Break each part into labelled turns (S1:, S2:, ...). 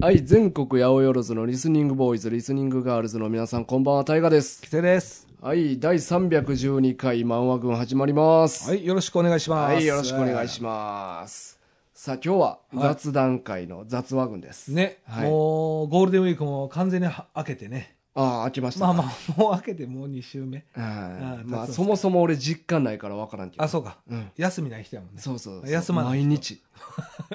S1: はい、全国八百万のリスニングボーイズ、リスニングガールズの皆さん、こんばんは、タイガです。
S2: 規制です。
S1: はい、第312回漫画軍始まります。
S2: はい、よろしくお願いします。
S1: はいよろしくお願いします。さあ、今日は雑談会の雑話軍です。
S2: ね、
S1: はい
S2: もうゴールデンウィークも完全には開けてね。
S1: ああ、開きました
S2: ま
S1: か。
S2: あまあ、 もう開けてもう2週目。
S1: はい
S2: ああ
S1: まあ、
S2: 雑話
S1: そもそも俺実感ないからわからんけど。
S2: あ、そうか。
S1: うん。
S2: 休みない人やもんね。
S1: そうそうそう。
S2: 休まない
S1: 毎 日。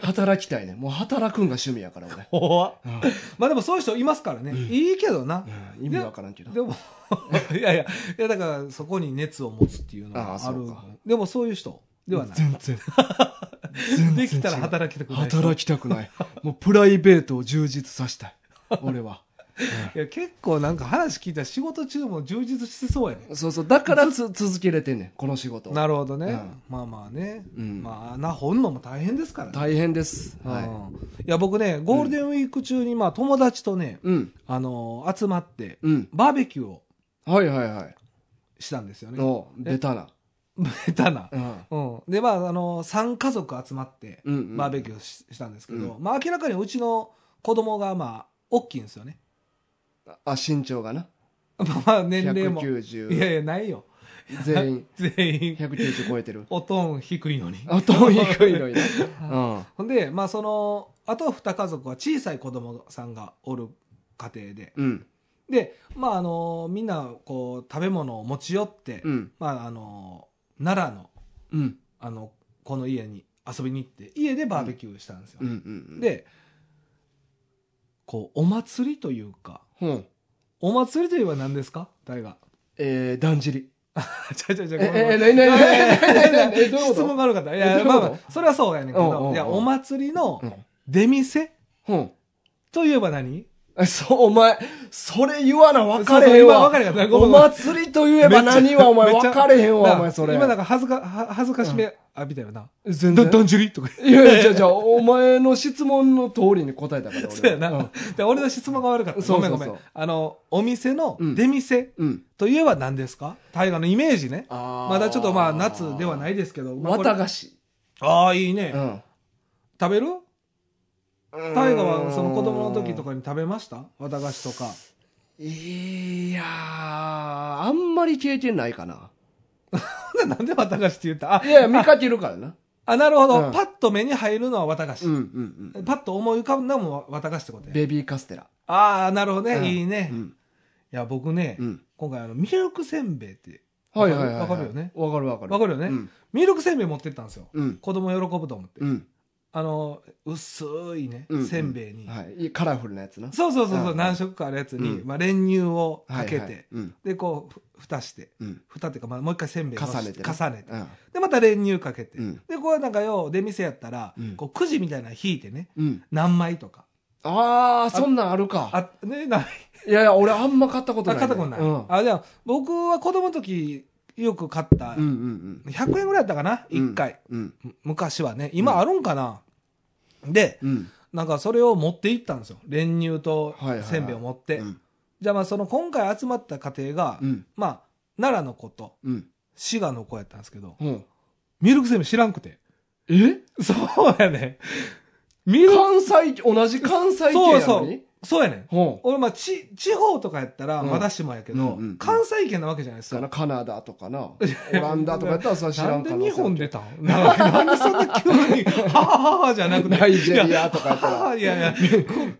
S1: 働きたいね。もう働くんが趣味やから俺。
S2: 怖っ
S1: うん
S2: まあでもそういう人いますからね。いいけどな。
S1: うん意味わからんけど。
S2: でも、 いやいや、いやだからそこに熱を持つっていうの
S1: あ
S2: が
S1: あ
S2: あ
S1: そ
S2: る
S1: うか。
S2: でもそういう人ではない。
S1: 全然。
S2: できたら
S1: き
S2: 働きたくない人。
S1: 働きたくない。もうプライベートを充実させたい。俺は。
S2: いや、結構なんか話聞いたら仕事中も充実しそうやね。
S1: そうそう。だからつ続けれてんねん、この仕事。
S2: なるほどね。
S1: うん
S2: まあまあね。
S1: うん
S2: まあ、な、本のも大変ですからね。、
S1: 大変です。はい
S2: いや僕ねゴールデンウィーク中にまあ友達とね、
S1: い。うん。
S2: あのー集まって
S1: うん。
S2: バーベキューを
S1: はいはいはい。
S2: したんですよね
S1: おうベタな。
S2: ベタな、
S1: うん。
S2: うん、でまあ、あの3家族集まって
S1: うんうん
S2: バーベキューししたんですけど、
S1: う
S2: まあ、明らかにうちの子供がまあ大きいんですよね
S1: あ、身長がな。
S2: まあまあ年齢もいや
S1: 190。
S2: いやないよ
S1: 全員
S2: 全員
S1: 190超えてる。
S2: おとん低いのに
S1: あ、遠い低い のにな。うん。
S2: ほんでまあそのあと2家族は小さい子供さんがおる家庭で
S1: うん。
S2: で、まああのみんなこう食べ物を持ち寄って、
S1: うん。
S2: まああの奈良の
S1: うん。
S2: あのこの家に遊びに行って家でバーベキューしたんですよ、
S1: うん。うん。、
S2: でこうお祭りというか
S1: うん。
S2: お祭りといえば何ですか大河
S1: えー、だんじり。
S2: ちゃうちゃうちゃ
S1: え
S2: うごめんご
S1: え、え、な
S2: めん
S1: になになにどういう
S2: 質
S1: こ
S2: 問が悪かったい
S1: えどうい
S2: や
S1: うこ
S2: まあ
S1: と
S2: まあそれはそうやねんけ
S1: うんうんう
S2: ど
S1: ん
S2: いやお祭りの
S1: と
S2: 出店
S1: うん。うん。
S2: といえば何
S1: え そう、お前、それ言わな分かれへん
S2: そうそう今分
S1: わ
S2: か。れへんかったごめ
S1: お
S2: んごめん
S1: 祭りと言えば何はお前
S2: めっち
S1: 分
S2: ゃ
S1: かれへんわ、
S2: な
S1: お前それ。
S2: 今なんか恥ずかは恥ずかしめ浴びたよな
S1: 全
S2: だ
S1: 然。
S2: だんじりとか
S1: いやいや、じゃあじゃあお前の質問の通りに答えたから、俺は
S2: そうやな。で俺の質問が悪かった。
S1: そ
S2: ご
S1: う
S2: め
S1: そ
S2: ん
S1: うそう
S2: ごめん。あの、お店の
S1: うん
S2: 出店
S1: うん。
S2: といえば何ですか大河のイメージね。
S1: ま。
S2: まだちょっとまあ夏ではないいですけど。まあ
S1: また菓子。
S2: ああ、いいうね。
S1: ん。
S2: 食べる
S1: 大
S2: 大河はその子供の時と。かに食べました綿菓子とか。
S1: いやー、あんまり経験ないかな。
S2: なんで綿菓子って言ったあ
S1: いやいや、見かけるからな。
S2: あ、なるほ
S1: うん
S2: ど。パッと目に入るのは綿菓
S1: うん
S2: 子。
S1: うんうん。
S2: パッと思い浮かぶのも綿菓子ってことや。
S1: ベビーカステラ。
S2: ああ、なるほど
S1: うん
S2: ね。いいうね。い
S1: ん。
S2: や、僕ね
S1: う、ん。
S2: 今回あの、ミルクせんべいって、
S1: はいはいはいはい。
S2: わかるよね
S1: わかるわかる。
S2: わかるよね
S1: うん
S2: ミルクせんべい持ってったんですよ。
S1: うん。
S2: 子供喜ぶと思って。
S1: うん。
S2: あの薄いね、
S1: うん
S2: せんべいに、
S1: はいいい。カラフルなやつな。
S2: そうそうそうそう、
S1: うん
S2: 何色かあるやつに、
S1: うん
S2: まあ、練乳を
S1: はい
S2: かけて、
S1: はいうん。
S2: でこうふ蓋して
S1: うん。
S2: 蓋っていうか、まあ、もう一回せんべいを
S1: 重ねてね
S2: 重ねて
S1: うん
S2: でまた練乳かけて、
S1: うん
S2: でこうなんかよう出店やったら、
S1: うん
S2: こうくじみたいなの引いてね
S1: うん。
S2: 何枚とか
S1: あー、そんなんあるか。
S2: あねない
S1: いやいや、俺あんま買ったことないね。
S2: 買ったことない、
S1: うん。
S2: あじゃあ僕は子供の時よく買った、
S1: うんうん
S2: 100円ぐらいだったかな
S1: うん。
S2: 1回、
S1: うん。
S2: 昔はね今あるんかな、で
S1: うん。
S2: なんかそれを持って行ったんですよ練乳と
S1: はいはいはい
S2: せんべいを持って、
S1: うん。
S2: じゃあまあその今回集まった家庭が、
S1: うん。
S2: まあ奈良の子と
S1: うん。
S2: 滋賀の子やったんですけど
S1: うん。
S2: ミルクセブン知らんくて
S1: え
S2: そうやねミルク
S1: 関西、同じ関西系
S2: そう
S1: やの
S2: そ
S1: に
S2: うそうやねん
S1: ほ
S2: 俺まあち地方とかやったら
S1: うん
S2: まだしもやけ
S1: うんう
S2: ど、
S1: んうん
S2: 関西圏なわけじゃないで
S1: う
S2: す
S1: か
S2: か
S1: な、カナダとか な、オランダとかやったらそれは知ら
S2: なん
S1: ん
S2: で
S1: か
S2: 日本
S1: も。
S2: 出たんななんでそんな急 に「はははは」じゃなくて
S1: ナイジェリアとかやったら
S2: いやいやい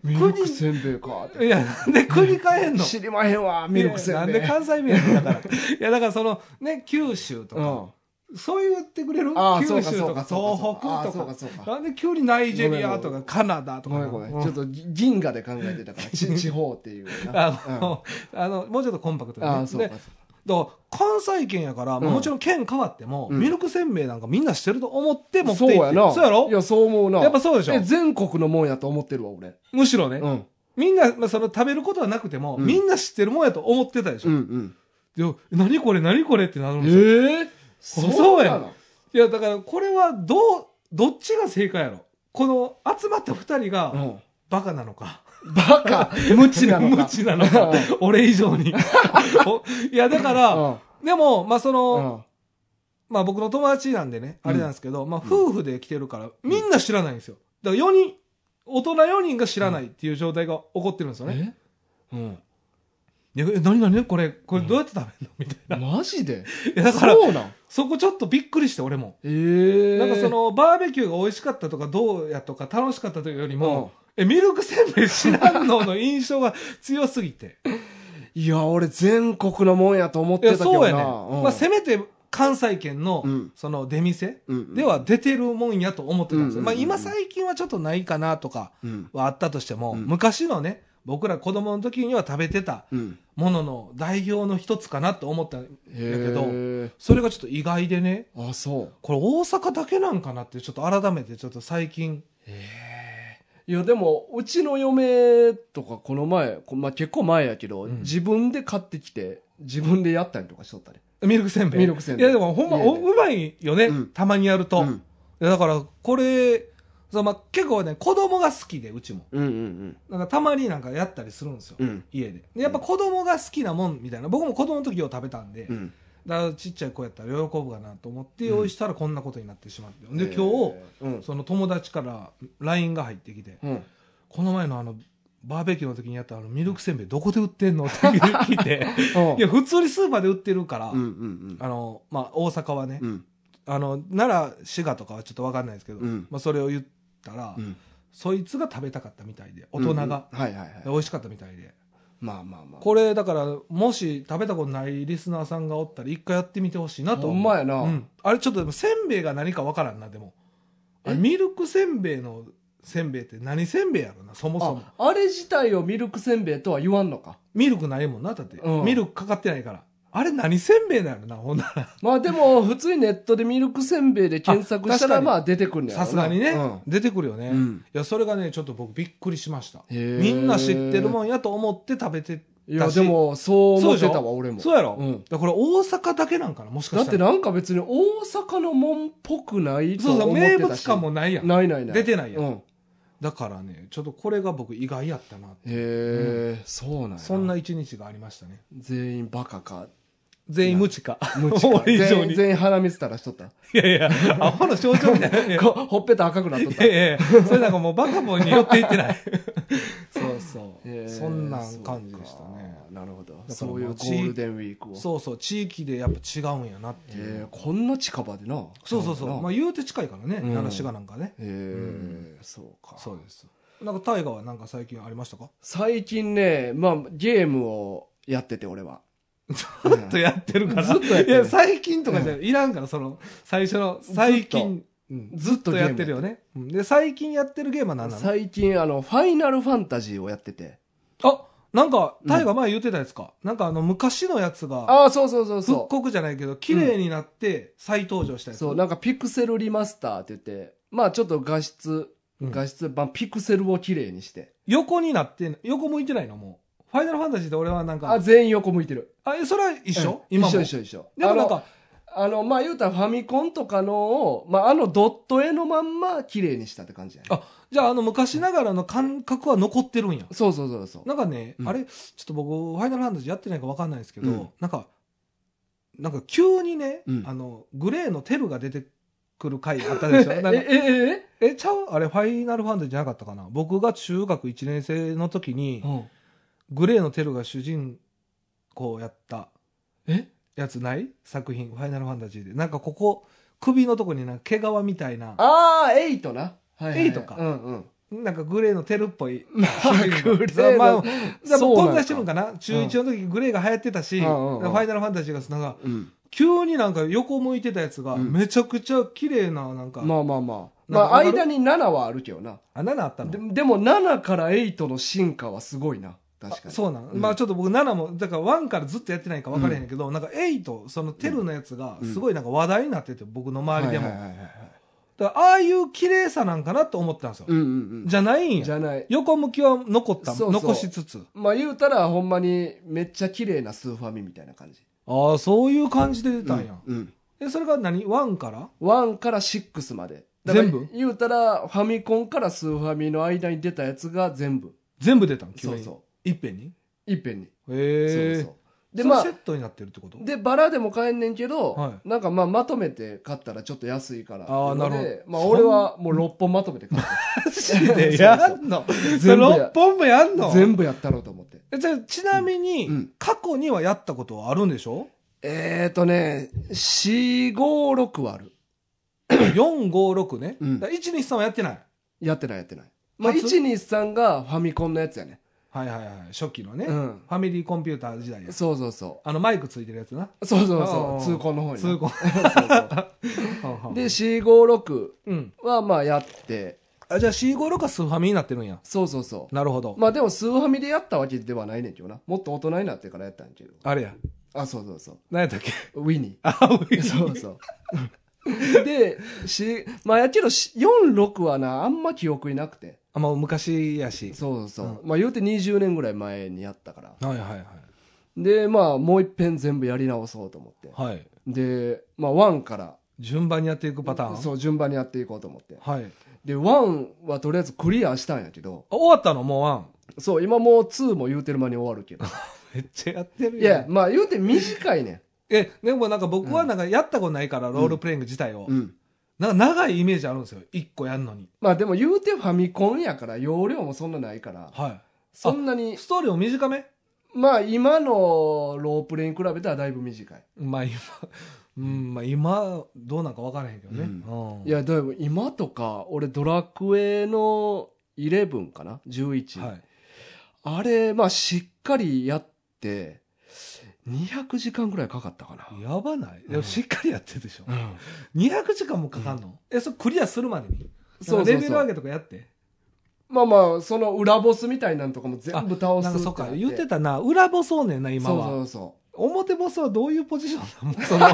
S1: ミルクせんべいかっ
S2: やいやなんで国変えん
S1: て。
S2: の
S1: 知りまへんわ、ミルクせんべい。
S2: いやなんで関西弁やねんだから いやだからそのね九州と
S1: う
S2: か、
S1: ん。
S2: そう言ってくれる
S1: ああ、そ
S2: 九
S1: うか
S2: 州
S1: そう
S2: と
S1: か
S2: か
S1: そうか。
S2: 東北と
S1: ああ
S2: か。
S1: そうかそうか。
S2: なんで急にナイジェリア
S1: ご
S2: と
S1: めん
S2: かカナダとか。
S1: ごめんごめ
S2: うん
S1: ん。ちょっと銀河で考えてたから、ち地方っていうな。
S2: あの、あの、もうちょっとコンパクトにね
S1: ああ、そう
S2: で
S1: か。そうか
S2: だから関西圏やから、
S1: うん
S2: もちろん県変わっても、
S1: うん
S2: ミルクせんべいなんかみんなしてると思って持って
S1: そ
S2: 行
S1: う
S2: って
S1: やな。
S2: そうやろ
S1: いや、そう思うな。
S2: やっぱそうでし
S1: え
S2: ょ
S1: 全国のもんやと思ってるわ、俺。
S2: むしろね、
S1: うん。
S2: みんな、まあ、その食べることはなくても、
S1: うん
S2: みんな知ってるもんやと思ってたでし
S1: う
S2: ょ、
S1: ん
S2: で何これ何これってなる
S1: うんん。
S2: ですよ、
S1: ええ
S2: そう
S1: なの
S2: いやだからこれはどうどっちが正解やろこの集まった二人が
S1: うん。
S2: バカなのか、
S1: バカ無知なの
S2: 無
S1: か。
S2: 知なのか
S1: うん。
S2: 俺以上に。 おいや、だから、でも、まあ、そ
S1: うん。う
S2: の、
S1: ん。
S2: まあ、僕の友達なんでね、
S1: うん
S2: あれなんですけど、まあ、
S1: うん
S2: 夫婦で来てるから、みんな知らないんですよ。だから4人大人4人が知らないっていう状態が起こってるんですよね。
S1: え
S2: うん。いや、え何何これ、これどうやって食べるのみたいな。
S1: マジで
S2: いや、だから、
S1: そうなん
S2: そこちょっとびっくりして、俺も。
S1: えー、
S2: なんかその、バーベキューが美味しかったとか、どうやとか、楽しかったというよりも、
S1: う
S2: え、ミルクせんべい知らんのの印象が強す ぎて。
S1: んいや俺全国のもんやと思っ
S2: い
S1: て
S2: や、
S1: たけどな
S2: そうやね。
S1: うん
S2: まあ、せめて関西圏の
S1: うん、
S2: その、出店
S1: うんうん
S2: では出てるもんやと思ってたんですよ。
S1: うん
S2: ま
S1: うんうんう
S2: あ、
S1: ん
S2: 今最近はちょっとないかなとか
S1: うん
S2: はあったとしても、
S1: うん
S2: 昔のね、僕ら子供の時には食べてた
S1: うん
S2: ものの代表の一つかなと思ったんやけど、
S1: へ
S2: それがちょっと意外でね、
S1: ーあそう
S2: これ大阪だけなんかなって、ちょっと改めてちょっと最近、
S1: いやでもうちの嫁とかこの前、こまあ、結構前やけど、
S2: うん
S1: 自分で買ってきて自分でやったりとかしとったね
S2: ミルクせんべい。
S1: ミルクせんべい
S2: いや、でもほんま、お
S1: 家
S2: うまいよね、
S1: うん
S2: たまにやると。
S1: うん
S2: いやだから、これ、そうまあ、結構ね、子供が好きで、うちも。
S1: うんうん
S2: なんかたまになんかやったりするんですよ。
S1: うん
S2: 家ででやっぱ子供が好きなもんみたいな僕も子供の時よう食べたんで、
S1: うん
S2: だからちっちゃい子やったら喜ぶかなと思って用意したらこんなことになってしまって、で
S1: へ
S2: 今
S1: ー
S2: 日、
S1: うん
S2: その友達から LINE が入ってきて
S1: うん
S2: 「この前のあのバーベキューの時にやったあのミルクせんべいどこで売ってんの?」って聞い ていや普通にスーパーで売ってるから、
S1: うんうん
S2: あのまあ、大阪はね、
S1: うんうん
S2: あの奈良滋賀とかはちょっと分かんないですけど、
S1: うん
S2: まあ、それを言ったら、
S1: うん
S2: そいつが食べたかったみたいで大人が、
S1: うんうんはいはいはい
S2: で美味しかったみたいで。
S1: まあまあまあ
S2: これだからもし食べたことないリスナーさんがおったら一回やってみてほしいなと
S1: ほ
S2: 思うん
S1: まやな
S2: うんあれちょっとでもせんべいが何かわからんなでもあれ
S1: え
S2: ミルクせんべいのせんべいって何せんべいやろなそもそも
S1: ああれ自体をミルクせんべいとは言わんのか
S2: ミルクないもんなだって、
S1: うん
S2: ミルクかかってないからあれ何せんべいなのなほんなら
S1: まあでも普通にネットでミルクせんべいで検索した
S2: あ確からに
S1: まあ出てくるんだよ
S2: さすがにね、出てくるよね、
S1: う
S2: い
S1: ん
S2: やそれがねちょっと僕びっくりしましたみ
S1: み
S2: んな知ってる
S1: ん
S2: もんやと思って食べて
S1: い
S2: だ
S1: や
S2: し
S1: でもそう思ってた
S2: そうでし
S1: わ
S2: ょ
S1: 俺も
S2: そうやろ、
S1: うん
S2: だからこれ大阪だけなんかなもしか
S1: だ
S2: し
S1: ったて
S2: ら
S1: なんか別に大阪のもんっぽくないと
S2: そう
S1: 思
S2: そ
S1: っ
S2: う
S1: てたし
S2: 名物感もないやん
S1: ないないない
S2: 出てないやん
S1: うんへ
S2: だからねちょっとこれが僕意外やったな
S1: えそうなんや
S2: そんな一日がありましたね
S1: 全員バカか
S2: 全員無知か
S1: 無知か
S2: 俺以上
S1: 全員
S2: に
S1: 全員鼻水垂らしとった
S2: いやい やアホの象徴みたいない
S1: こほっぺた赤くなっとった
S2: やいやいやそれなんかもうバカボンに寄っていってない そうそ
S1: へえ
S2: うそんなん感じでしたね
S1: そうかなるほど
S2: ら
S1: そういう
S2: ま
S1: ゴ
S2: あ
S1: ールデンウィークを
S2: そうそう地域でやっぱ違うんやなってい
S1: へえ
S2: う
S1: こんな近場でな
S2: そうそうそう
S1: なんか
S2: まあ
S1: なへ
S2: 言うて近いからね
S1: うん
S2: 奈良滋賀なんかね
S1: えそうか
S2: そうですなんか大河はなんか最近ありましたか
S1: 最近ねまあゲームをやってて俺 はず
S2: ずっとやってるから
S1: ずっとやってる
S2: いや最近とかじゃいらんからその最初の最近うん
S1: ずっ
S2: ずっ
S1: と
S2: と
S1: ゲーム
S2: やってるよね。うんで、最近やってるゲームは何なの
S1: 最近あのファイナルファンタジーをやってて
S2: あ、なんか、タイが前言ってたやつか。なんかあの、昔のやつが、
S1: ああそうそうそう
S2: 復
S1: そ
S2: 刻じゃないけど、綺麗になって再登場した
S1: う
S2: やつ。
S1: そうなんかピクセルリマスターって言ってまあちょっと画質
S2: うん
S1: 画質版ピクセルをきれいにして
S2: 横になって、横向いてないのもう。ファイナルファンタジーって俺はなん
S1: あ
S2: か、
S1: 全員横向いてる
S2: あ、えそれは一緒
S1: うん
S2: 今も。
S1: 一緒一緒一緒
S2: でもなん
S1: あの
S2: か、
S1: あのまあ言うたらファミコンとかのをまああのドット絵のまんまきれいにしたって感じやね
S2: あじゃああの、昔ながらの感覚は残ってるんや。
S1: そうそうそうそう
S2: なんかね、
S1: うん
S2: あれ、ちょっと僕、ファイナルファンタジーやってないか分かんないですけど、
S1: うん
S2: なんか、なんか急にね、
S1: うん
S2: あの、グレーのテルが出てくる回あったで しょ。なんか
S1: ええええ
S2: え、ちゃうあれ、ファイナルファンタジーじゃなかったかな僕が中学1年生の時に、グレーのテルが主人公やった
S1: え
S2: やつない作品、ファイナルファンタジーで。なんかここ、首のとこになんか毛皮みたいな、
S1: ああエイトなはいはいはい
S2: エイトか
S1: うんうん
S2: なんかグレーのテルっぽい。
S1: まあ グレ
S2: そう
S1: ー
S2: まあ
S1: の
S2: じゃあも
S1: そうな
S2: う
S1: んか
S2: 混在してるんかな中1の時グレーが流行ってたし、
S1: うんうんうん
S2: ファイナルファンタジーがなんか、
S1: うん
S2: 急になんか横向いてたやつが、
S1: うん
S2: めちゃくちゃ綺麗な、なんか、
S1: まあまあまあま
S2: なんか
S1: あ
S2: わかる
S1: 間に7はあるけどな
S2: あ、7あったの
S1: ででも7から8の進化はすごいな確か
S2: あ
S1: に
S2: そうなん、
S1: うん
S2: まあちょっと僕7もだから1からずっとやってないか分からへんけど、なんか8そのテルのやつが
S1: うん
S2: すごいなんか話題になってて僕の周りでも、
S1: はいはいはいはいはい
S2: だからああいう綺麗さなんかなと思ったんですよ、
S1: うんうんうん
S2: じゃないん
S1: じ
S2: や
S1: ゃない
S2: 横向きは残った
S1: そうそう
S2: 残しつつ
S1: まあ言うたらほんまにめっちゃ綺麗なスーファミみたいな感じ
S2: ああそういう感じで出たんや、
S1: うん
S2: でそれが何1から
S1: 1から6までだから
S2: 全部
S1: 言うたらファミコンからスーファミの間に出たやつが全部
S2: 全部出たん急
S1: そ
S2: に
S1: うそ
S2: いっぺんに
S1: ういっぺんに
S2: へえ
S1: そうそうで
S2: で
S1: まあ
S2: セットになってるってこと
S1: でバラでも買えんねんけど、
S2: は
S1: なんかまあまとめて買ったらちょっと安いからっていうの
S2: あーな
S1: で
S2: るほど
S1: まあ、俺はもう6本まとめて買っ
S2: マジでやんの
S1: 全部や
S2: 6本もやん
S1: た
S2: の
S1: 全部やったろうと思って
S2: えじゃあちなみに、
S1: うん
S2: 過去にはやったことはあるんでし ょ
S1: えーとね456はある
S2: ?456 ね。
S1: うん
S2: だから123はやってない。
S1: やってないやってない、まあ、
S2: 初
S1: 123がファミコンのやつやね
S2: はいはいはい。初期のね。
S1: う
S2: フ
S1: ん
S2: ァミリーコンピューター時代や。
S1: そうそうそ
S2: あのマイクついてるやつな。
S1: うそうそう
S2: あ
S1: そ
S2: ー
S1: う通行の方に
S2: 通行。
S1: そうそう で456
S2: うん。
S1: はまあやって
S2: あ、じゃあ C56 はスーファミになってるんや。
S1: そうそうそう
S2: なるほど。
S1: まあでもスーファミでやったわけではないねんけどなもっと大人になってからやったんやけど
S2: あれや。
S1: あそうそうそう
S2: 何やったっけ
S1: ウィニー
S2: あ、ウィズ
S1: そうそう。 で、し、まあやけど、し4、6はな、あんま記憶になくて。
S2: あ、まあ昔やし。
S1: そうそうそう。まあ言うて20年ぐらい前にやったから。
S2: はいはい
S1: で、まあもう一遍全部やり直そうと思って。
S2: はい。はい。
S1: で、まあ1から、
S2: 順番にやっていくパターン。
S1: そう、順番にやっていこうと思って。
S2: はい。
S1: で、1はとりあえずクリアしたんやけど、
S2: あ終わったのもうワン。
S1: そう、今もう2も言うてる間に終わるけど。
S2: めっちゃやってる
S1: い
S2: や
S1: や
S2: ん、。
S1: まあ言うて短いね
S2: え、でもなんか僕はなんかやったことないから、ロールプレイング自体を。
S1: ん。うん。
S2: なんか長いイメージあるんですよ。一個やんのに。
S1: まあでも言うてファミコンやから、容量もそんなないから、
S2: は
S1: そんなに
S2: い。ストーリーも短め
S1: まあ今のロープレに比べたらだいぶ短い。
S2: まあ今、うん、まあ今、どうなんか分からへんけどね。うん
S1: いや、だいぶ今とか、俺ドラクエの11かな ?11。
S2: はい。
S1: あれ、まあしっかりやって、200時間ぐらいかかったかな。
S2: やばないで
S1: う
S2: も
S1: ん
S2: しっかりやってるでしょ。
S1: うん
S2: 200時間もかかんの、え、それクリアするまでに。
S1: そう
S2: なんか
S1: そう
S2: レベル
S1: そ
S2: 上
S1: う。
S2: げとかやって。
S1: まあままあ、その裏ボスみたいなんとかも全部倒す
S2: なんかそっか、言って
S1: た
S2: たな。裏ボスおんねんな、今
S1: そう
S2: は。
S1: そうそ
S2: 表ボスはどういうポジションなの その、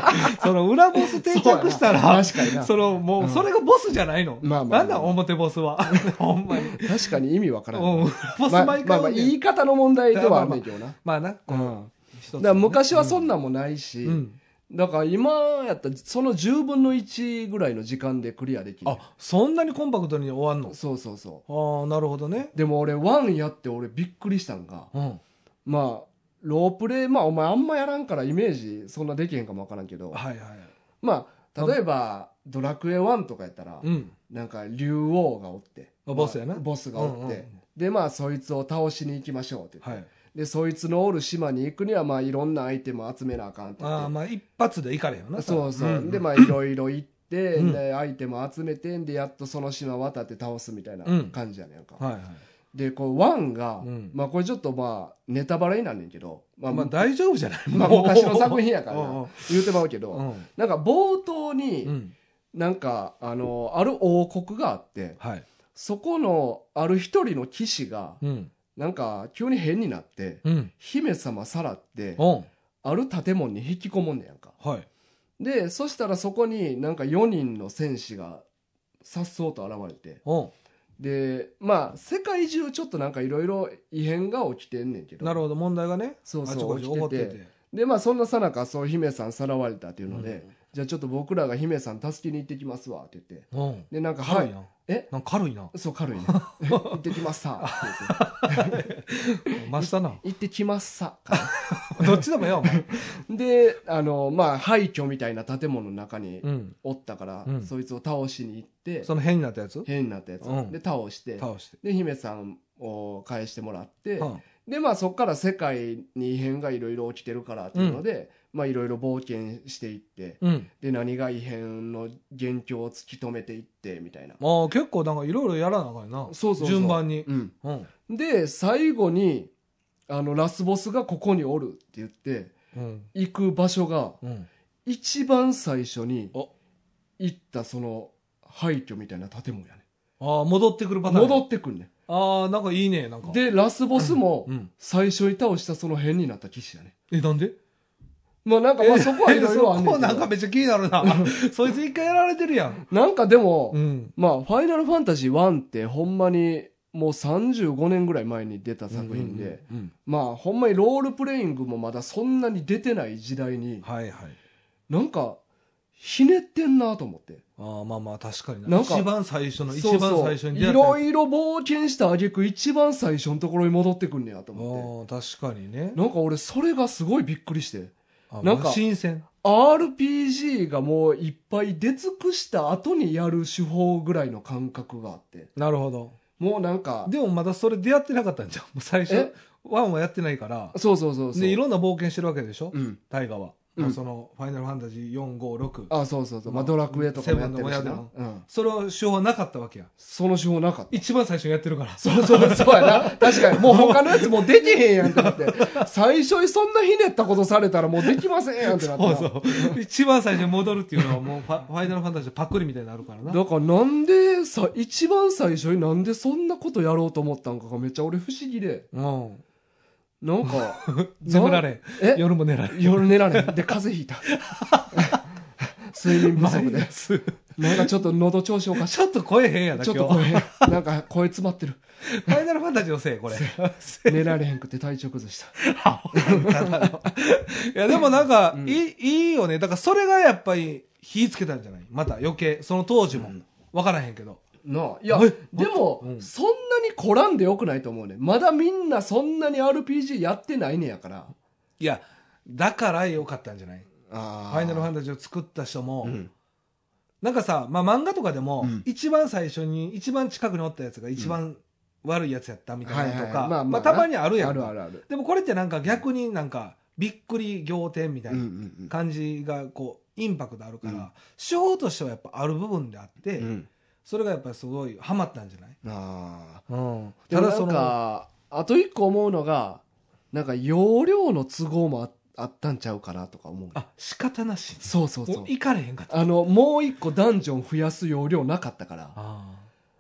S2: その裏ボス定着し
S1: そ
S2: た
S1: うや
S2: ら、
S1: な確かにな
S2: その、も
S1: う
S2: う、
S1: ん
S2: それがボスじゃないの。
S1: まあまあまあ
S2: なんなん表ボ スは。ほんまに。
S1: う。確かに意味わからん。
S2: うん、裏ボス
S1: まあまあ
S2: 毎
S1: ま
S2: 回
S1: あ
S2: おんねん、
S1: 言い方の問題ではあんねんけどな。
S2: まあな、この、
S1: うん
S2: 一つ
S1: だ
S2: のね
S1: から昔はそんなんもないし、
S2: うん。
S1: だから今やったらその10分の1ぐらいの時間でクリアできる
S2: あ、そんなにコンパクトに終わんの
S1: そうそうそ
S2: ああ、なるほどね。
S1: うでも俺1やって俺びっくりしたんが
S2: うん。
S1: まあロープレイまあお前あんまやらんからイメージそんなできへんかもわからんけど
S2: はいはい。
S1: まあ例えば「ドラクエ1」とかやったら
S2: うん。
S1: なんか竜王がおって
S2: あボスやな
S1: まあボスがおっ
S2: うんう
S1: て
S2: ん
S1: でまあそいつを倒しに行きましょうって言って
S2: はい。
S1: でそいつのおる島に行くにはまあいろんなアイテム集めなあかんって言って
S2: ああ、まあ一発でいかれへんよな。
S1: そうそう、
S2: ん
S1: でまあいろいろ行って、
S2: うん
S1: でアイテム集めてんでやっとその島渡って倒すみたいな
S2: うん
S1: 感じやねんか、
S2: はいはい。
S1: でこうワンが、
S2: うん
S1: まあこれちょっとまあネタバレになんねんけど、まあ
S2: まあ大丈夫じゃない
S1: まあ昔の作品やから
S2: うんう
S1: なん言うてまうけど、
S2: うん。
S1: なんか冒頭に、
S2: うん。
S1: なんかあのある王国があって
S2: はい。
S1: そこのある一人の騎士が
S2: うん。
S1: なんか急に変になって
S2: うん。
S1: 姫様さらって
S2: うん。
S1: ある建物に引きこもんねやんか
S2: はい。
S1: でそしたらそこになんか4人の戦士がさっそうと現れて
S2: う
S1: でまあ世界中ちょっとなんかいろいろ異変が起きてんねんけど
S2: ん。なるほど、問題がね。
S1: そう
S2: あちこ
S1: そう
S2: ち
S1: 起
S2: 起
S1: き
S2: こ
S1: て
S2: って
S1: て
S2: て。
S1: でまあそんなさなかそう姫さんさらわれたっていうので、
S2: うん
S1: じゃあちょっと僕らが姫さん助けに行ってきますわって言って
S2: うん。
S1: でなんか「は
S2: 軽い
S1: い
S2: な。
S1: え
S2: なんか軽いな。
S1: そう軽いね行ってきますさ」って言って
S2: マし たな
S1: 「。行ってきますさ」かな
S2: どっちでもよ、お前。
S1: であのまあ廃墟みたいな建物の中に
S2: うん。
S1: おったから、
S2: うん
S1: そいつを倒しに行って
S2: その変になったやつ
S1: 変になったやつ、
S2: うん
S1: で倒して
S2: 倒して。
S1: で姫さんを返してもらって、
S2: うん。
S1: でまあそこから世界に異変がいろいろ起きてるからっていうので、まあいろいろ冒険していって
S2: うん。
S1: で何が異変の元凶を突き止めていってみたいな、
S2: ああ、結構なんかいろいろやらなあかんな。
S1: そうそうそう
S2: 順番に。
S1: うん、
S2: うん。
S1: で最後にあのラスボスがここにおるって言って
S2: うん。
S1: 行く場所が
S2: うん。
S1: 一番最初に
S2: お
S1: 行ったその廃墟みたいな建物やね
S2: ああ、戻ってくるパターン。
S1: 戻ってくんね
S2: ああ、なんかいいね、なんか。
S1: でラスボスも
S2: うん。
S1: 最初に倒したその変になった騎士やね
S2: え、なんで
S1: まあなんかまあそこはいろいろあん
S2: え
S1: ね
S2: そこ
S1: んけ
S2: なん
S1: ど
S2: かめっちゃ気になるな。そいつ一回やられてるやん。
S1: なんかでも、
S2: ん。
S1: まあファイナルファンタジー1ってほんまにもう35年ぐらい前に出た作品で、
S2: うんうん
S1: まあほんまにロールプレイングもまだそんなに出てない時代に
S2: うん。はいはい。
S1: なんかひねってんなと思って。
S2: ああまあまあ確かに
S1: な
S2: なん
S1: か
S2: 一番最初の
S1: そう
S2: 一
S1: そう
S2: 番最初に出会
S1: い
S2: った
S1: ろいろ冒険した挙句一番最初のところに戻ってくんねやと思っ
S2: ああ確かにね
S1: て。なんか俺それがすごいびっくりして。
S2: あ
S1: なんか
S2: 新鮮
S1: RPG がもういっぱい出尽くした後にやる手法ぐらいの感覚があって。
S2: なるほど
S1: もうなんか、
S2: でもまだそれ出会ってなかったんじゃんも う最
S1: え
S2: 初ワンはやってないから
S1: そうそうそうそう。
S2: でいろんな冒険してるわけでしょ
S1: うん。
S2: 大河は、
S1: うん
S2: まあその「ファイナルファンタジー456」
S1: あ、そうそうそう。まあ、
S2: まあ
S1: ドラクエとかもやってるし
S2: セブン
S1: な
S2: の。
S1: うん。
S2: それは手法はなかったわけや
S1: その手法なかった。
S2: 一番最初にやって るから
S1: そうそう、そうやな。確かに。もう他のやつもうできへんやんってな って。最初にそんなひねったことされたらもうできませんやんってなって
S2: そう
S1: な。
S2: そう一番最初に戻るっていうのはもうファ「フ ァイナルファンタジー」パクリみたいになるからな
S1: だからなんでさ、一番最初になんでそんなことやろうと思ったんかがめっちゃ俺不思議で。
S2: うん
S1: なん か、
S2: 眠られ
S1: え
S2: ん夜も 寝られん
S1: 夜寝られん。で、風邪ひいた。睡眠不足
S2: マイ
S1: で
S2: ナ。ス
S1: なんかちょっと喉調子おかし
S2: ちょっと声変や
S1: い。
S2: な
S1: ちょ
S2: 今
S1: っ
S2: 日
S1: と
S2: フ
S1: 声、なんか声詰まってる。
S2: ァイ ナルファンタジーのせいこれ
S1: 寝られへんくて体調崩した。
S2: いやでもなんか、
S1: うん
S2: いいいいよねだからそれがやっぱり火つけたんじゃないまた余計その当時も、
S1: うん
S2: 分からへんけど
S1: なあいや
S2: はい
S1: でも、
S2: うん
S1: そんなに凝らんでよくないと思うねまだみんなそんなに RPG やってないねやから
S2: いやだからよかったんじゃない
S1: あ
S2: ファイナルファ
S1: ン
S2: ンタジーを作った人も、
S1: うん
S2: なんかさ、まあ、漫画とかでも、
S1: うん
S2: 一番最初に一番近くにおったやつが一番悪いやつやったみたいなのと
S1: はいはい
S2: か
S1: まあまあ
S2: まあたまにあるやん
S1: あるあるある
S2: でもこれってなんか逆になんかびっくり仰天みたい
S1: うんう
S2: なん感じがこうインパクトあるから、
S1: うん
S2: 手法としてはやっぱある部分であって、
S1: うんうん
S2: それがやっぱりすごいハマったんじゃない、
S1: あ
S2: うん、
S1: た
S2: た
S1: だ
S2: だ
S1: そ
S2: そ
S1: の
S2: の
S1: かあと一個思うのがなんか容量の都合もああったんちゃうかなとか思う
S2: あ仕方なし
S1: そうそう
S2: もう
S1: そう
S2: 行かれへんかった
S1: あのもう一個ダンジョン増やす容量なかったから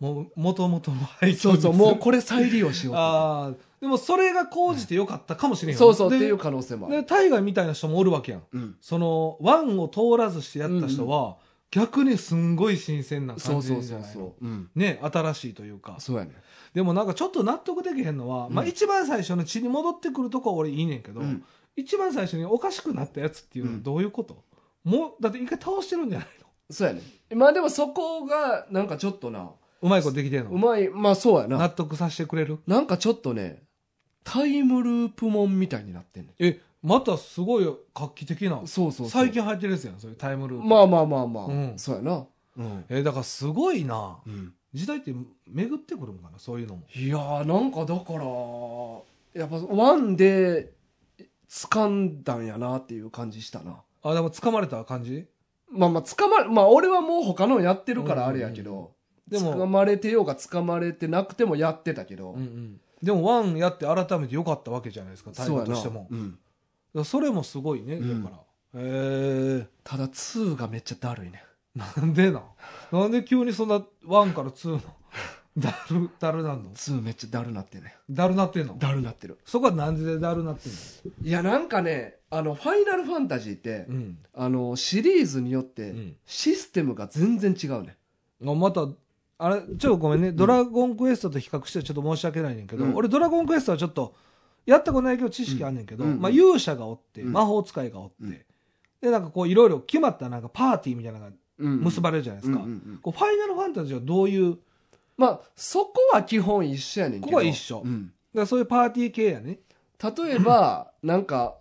S2: もうもともとの配
S1: そうそうもうこれ再利用しようと
S2: ああでもそれが講じてよかったかもしれんよ
S1: そうそうって
S2: で
S1: いう可能性もあ
S2: で
S1: る
S2: 大河みたいな人もおるわけやん
S1: うん
S2: そのワンを通らずしてやった人は、逆にすんごい新鮮な
S1: そ
S2: 感
S1: う
S2: じじ
S1: そう
S2: ゃないの
S1: そうそううん
S2: ね新しいというか
S1: そうやね
S2: でもなんかちょっと納得できへんのは、ま
S1: う
S2: あ、
S1: ん
S2: 一番最初の血に戻ってくるとこは俺いいねんけど、
S1: うん
S2: 一番最初におかしくなったやつっていうのはどういうこと、もうだって一回倒してるんじゃないの
S1: そうやね。まあでもそこが、なんかちょっとな、
S2: うまいことできてんの
S1: うまい、まあそうや
S2: 納
S1: な。
S2: 得させてくれる
S1: なんかちょっとね、タイムループもんみたいになってんね
S2: えまたすごい画期的な
S1: そうそうそう。
S2: 最。近入ってるやつやんそれタイムループ、
S1: まあまあまあまあ、
S2: うん
S1: そうやな。うん。
S2: えだからすごいな
S1: うん、
S2: 時代って巡ってくるんかなそういうのも
S1: いやー、なんかだから、やっぱワンで掴んだんやなっていう感じしたな。
S2: あでも掴まれた感じ
S1: まあまあ、掴まれ、まあ俺はもう他のやってるからあれやけ
S2: うんうん
S1: ど、
S2: でも
S1: 掴まれてようが掴まれてなくてもやってたけど、
S2: うんうんでもワンやって改めて良かったわけじゃないですかタイ
S1: そうや
S2: ム
S1: な。
S2: としても
S1: うん
S2: そそれもすごいねだ
S1: うん
S2: から、へえ
S1: ただ2がめっちゃだるいね。
S2: なんでなんなんで急にそんなワンからツーのだるだるなんの
S1: 2めっちゃだるなってね
S2: だるなってんの
S1: だるなってる
S2: そこはなんでだるなってんの
S1: いやなんかねあの「ファイナルファンタジー」って、
S2: うん、
S1: あのシリーズによっ
S2: う
S1: て
S2: ん
S1: システムが全然違うね
S2: あまたあれちょっとごめんね、ドラゴンクエストと比較してちょっと申し訳ないねんけど、
S1: うん
S2: 俺ドラゴンクエストはちょっとやったことないけど知識あんねんけど、
S1: うんうん
S2: まあ、勇者がおって、
S1: うん
S2: 魔法使いがおって、
S1: うん
S2: でなんかこういろいろ決まったなんかパーティーみたいなのが結ば
S1: れ
S2: れるじゃない
S1: る
S2: ですか、こうファイナルファンタジーはどういうだか
S1: まあそこは基本一緒やねんけど
S2: ここは一緒
S1: うん
S2: らそういうパーティー系やね
S1: 例えばなんか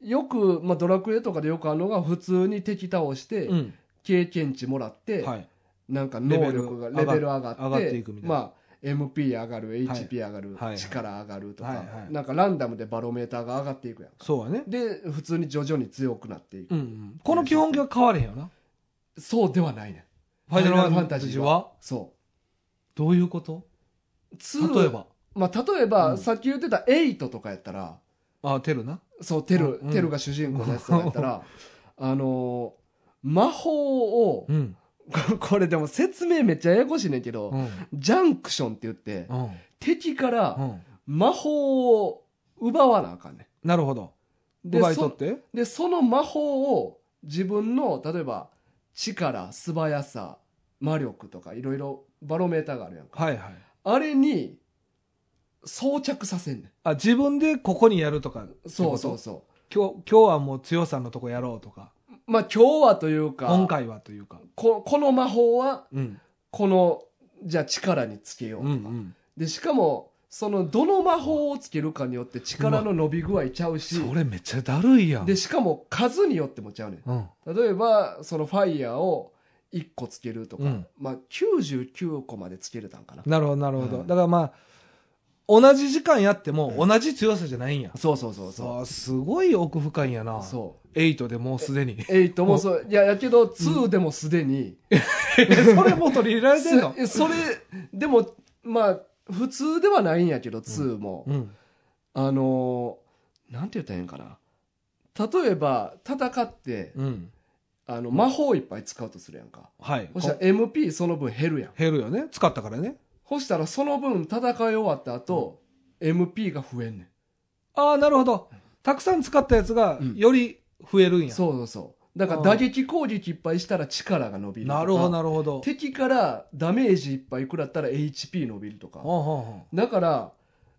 S1: よく、まあ、ドラクエとかでよくあるのが普通に敵倒して、
S2: ん、
S1: 経験値もらって、
S2: はい、
S1: なんか能力がレ
S2: レベル
S1: ベル上がって
S2: 上がっていくみたいな
S1: まあ MP 上がる HP 上がる、
S2: はいはい
S1: 力上がるとか、
S2: はいはい
S1: なんかランダムでバロメーターが上がっていくやん
S2: そうやね、
S1: で普通に徐々に強くなっていく、
S2: うんうん、この基本形は変われへんよな
S1: そうではないね
S2: ファイナルファンタジーは
S1: そ
S2: どういうこと
S1: う2
S2: 例えば
S1: まあ、例えば、
S2: うん
S1: さっき言ってた8とかやったら
S2: あテルな
S1: そうテル、
S2: うん
S1: テルが主人公のやつとかやったら あのー魔法を、
S2: ん、
S1: ここれでも説明めっちゃややこしいねんけど、
S2: うん
S1: ジャンクションって言って、
S2: うん
S1: 敵か
S2: う
S1: ら
S2: ん、
S1: 魔法を奪わなあかんね
S2: なるほど
S1: んで
S2: 奪い取
S1: そ
S2: って
S1: でその魔法を自分の例えば力素早さ魔力とかいろいろバロメーターがあるやんか
S2: はいはい
S1: あれに装着させんね
S2: あ自分でここにやるとか
S1: んそうそう
S2: そ
S1: そう
S2: 今日今日はもう強さのとこやろうとか
S1: うまあ今日はというか、
S2: 今回はというか。
S1: ここの魔法は、
S2: うん。
S1: この、じゃあ力につけよう
S2: う
S1: と
S2: んう
S1: か。
S2: ん。
S1: で、しかも、その、どの魔法をつけるかによって力の伸び具合ちゃうし、
S2: それめっちゃだるいやん。
S1: で、しかも数によってもちゃうねん。
S2: うん。
S1: 例えば、そのファイヤーを1個つけるとか、
S2: うん
S1: まあ99個までつけれたんかな。
S2: なるほど、なるほど。
S1: うん
S2: だからまあ、同じ時間やって
S1: う
S2: も同じ強さじゃないんや。
S1: そうそうそうそ
S2: ああすごい奥深いんやな。
S1: う。そう。
S2: 8でもうすでに。
S1: エイトもそう、いや、やけど、2でもすでに、
S2: それもう取り入れられてん の
S1: すそれ、でも、まあ、普通ではないんやけど、2も。
S2: うん。
S1: あのーなんて言ったらいいんかな。例えば、戦って、
S2: うん。
S1: あの、魔法いっぱい使うとするやんか。
S2: はい。
S1: そしたら MP その分減るやん。
S2: 減るよね。使ったからね。
S1: そしたらその分戦い終わった後、MP が増えんね
S2: ああ、なるほど。たくさん使ったやつが
S1: うん、
S2: より増えるん
S1: ん。
S2: や。
S1: そうそうそう。だから
S2: あー
S1: 打撃攻撃いっぱいしたら力が伸びるとか。
S2: なるほど、なるほど。
S1: 敵からダメージいっぱい食らったら HP 伸びるとか。
S2: ほうほ
S1: だから、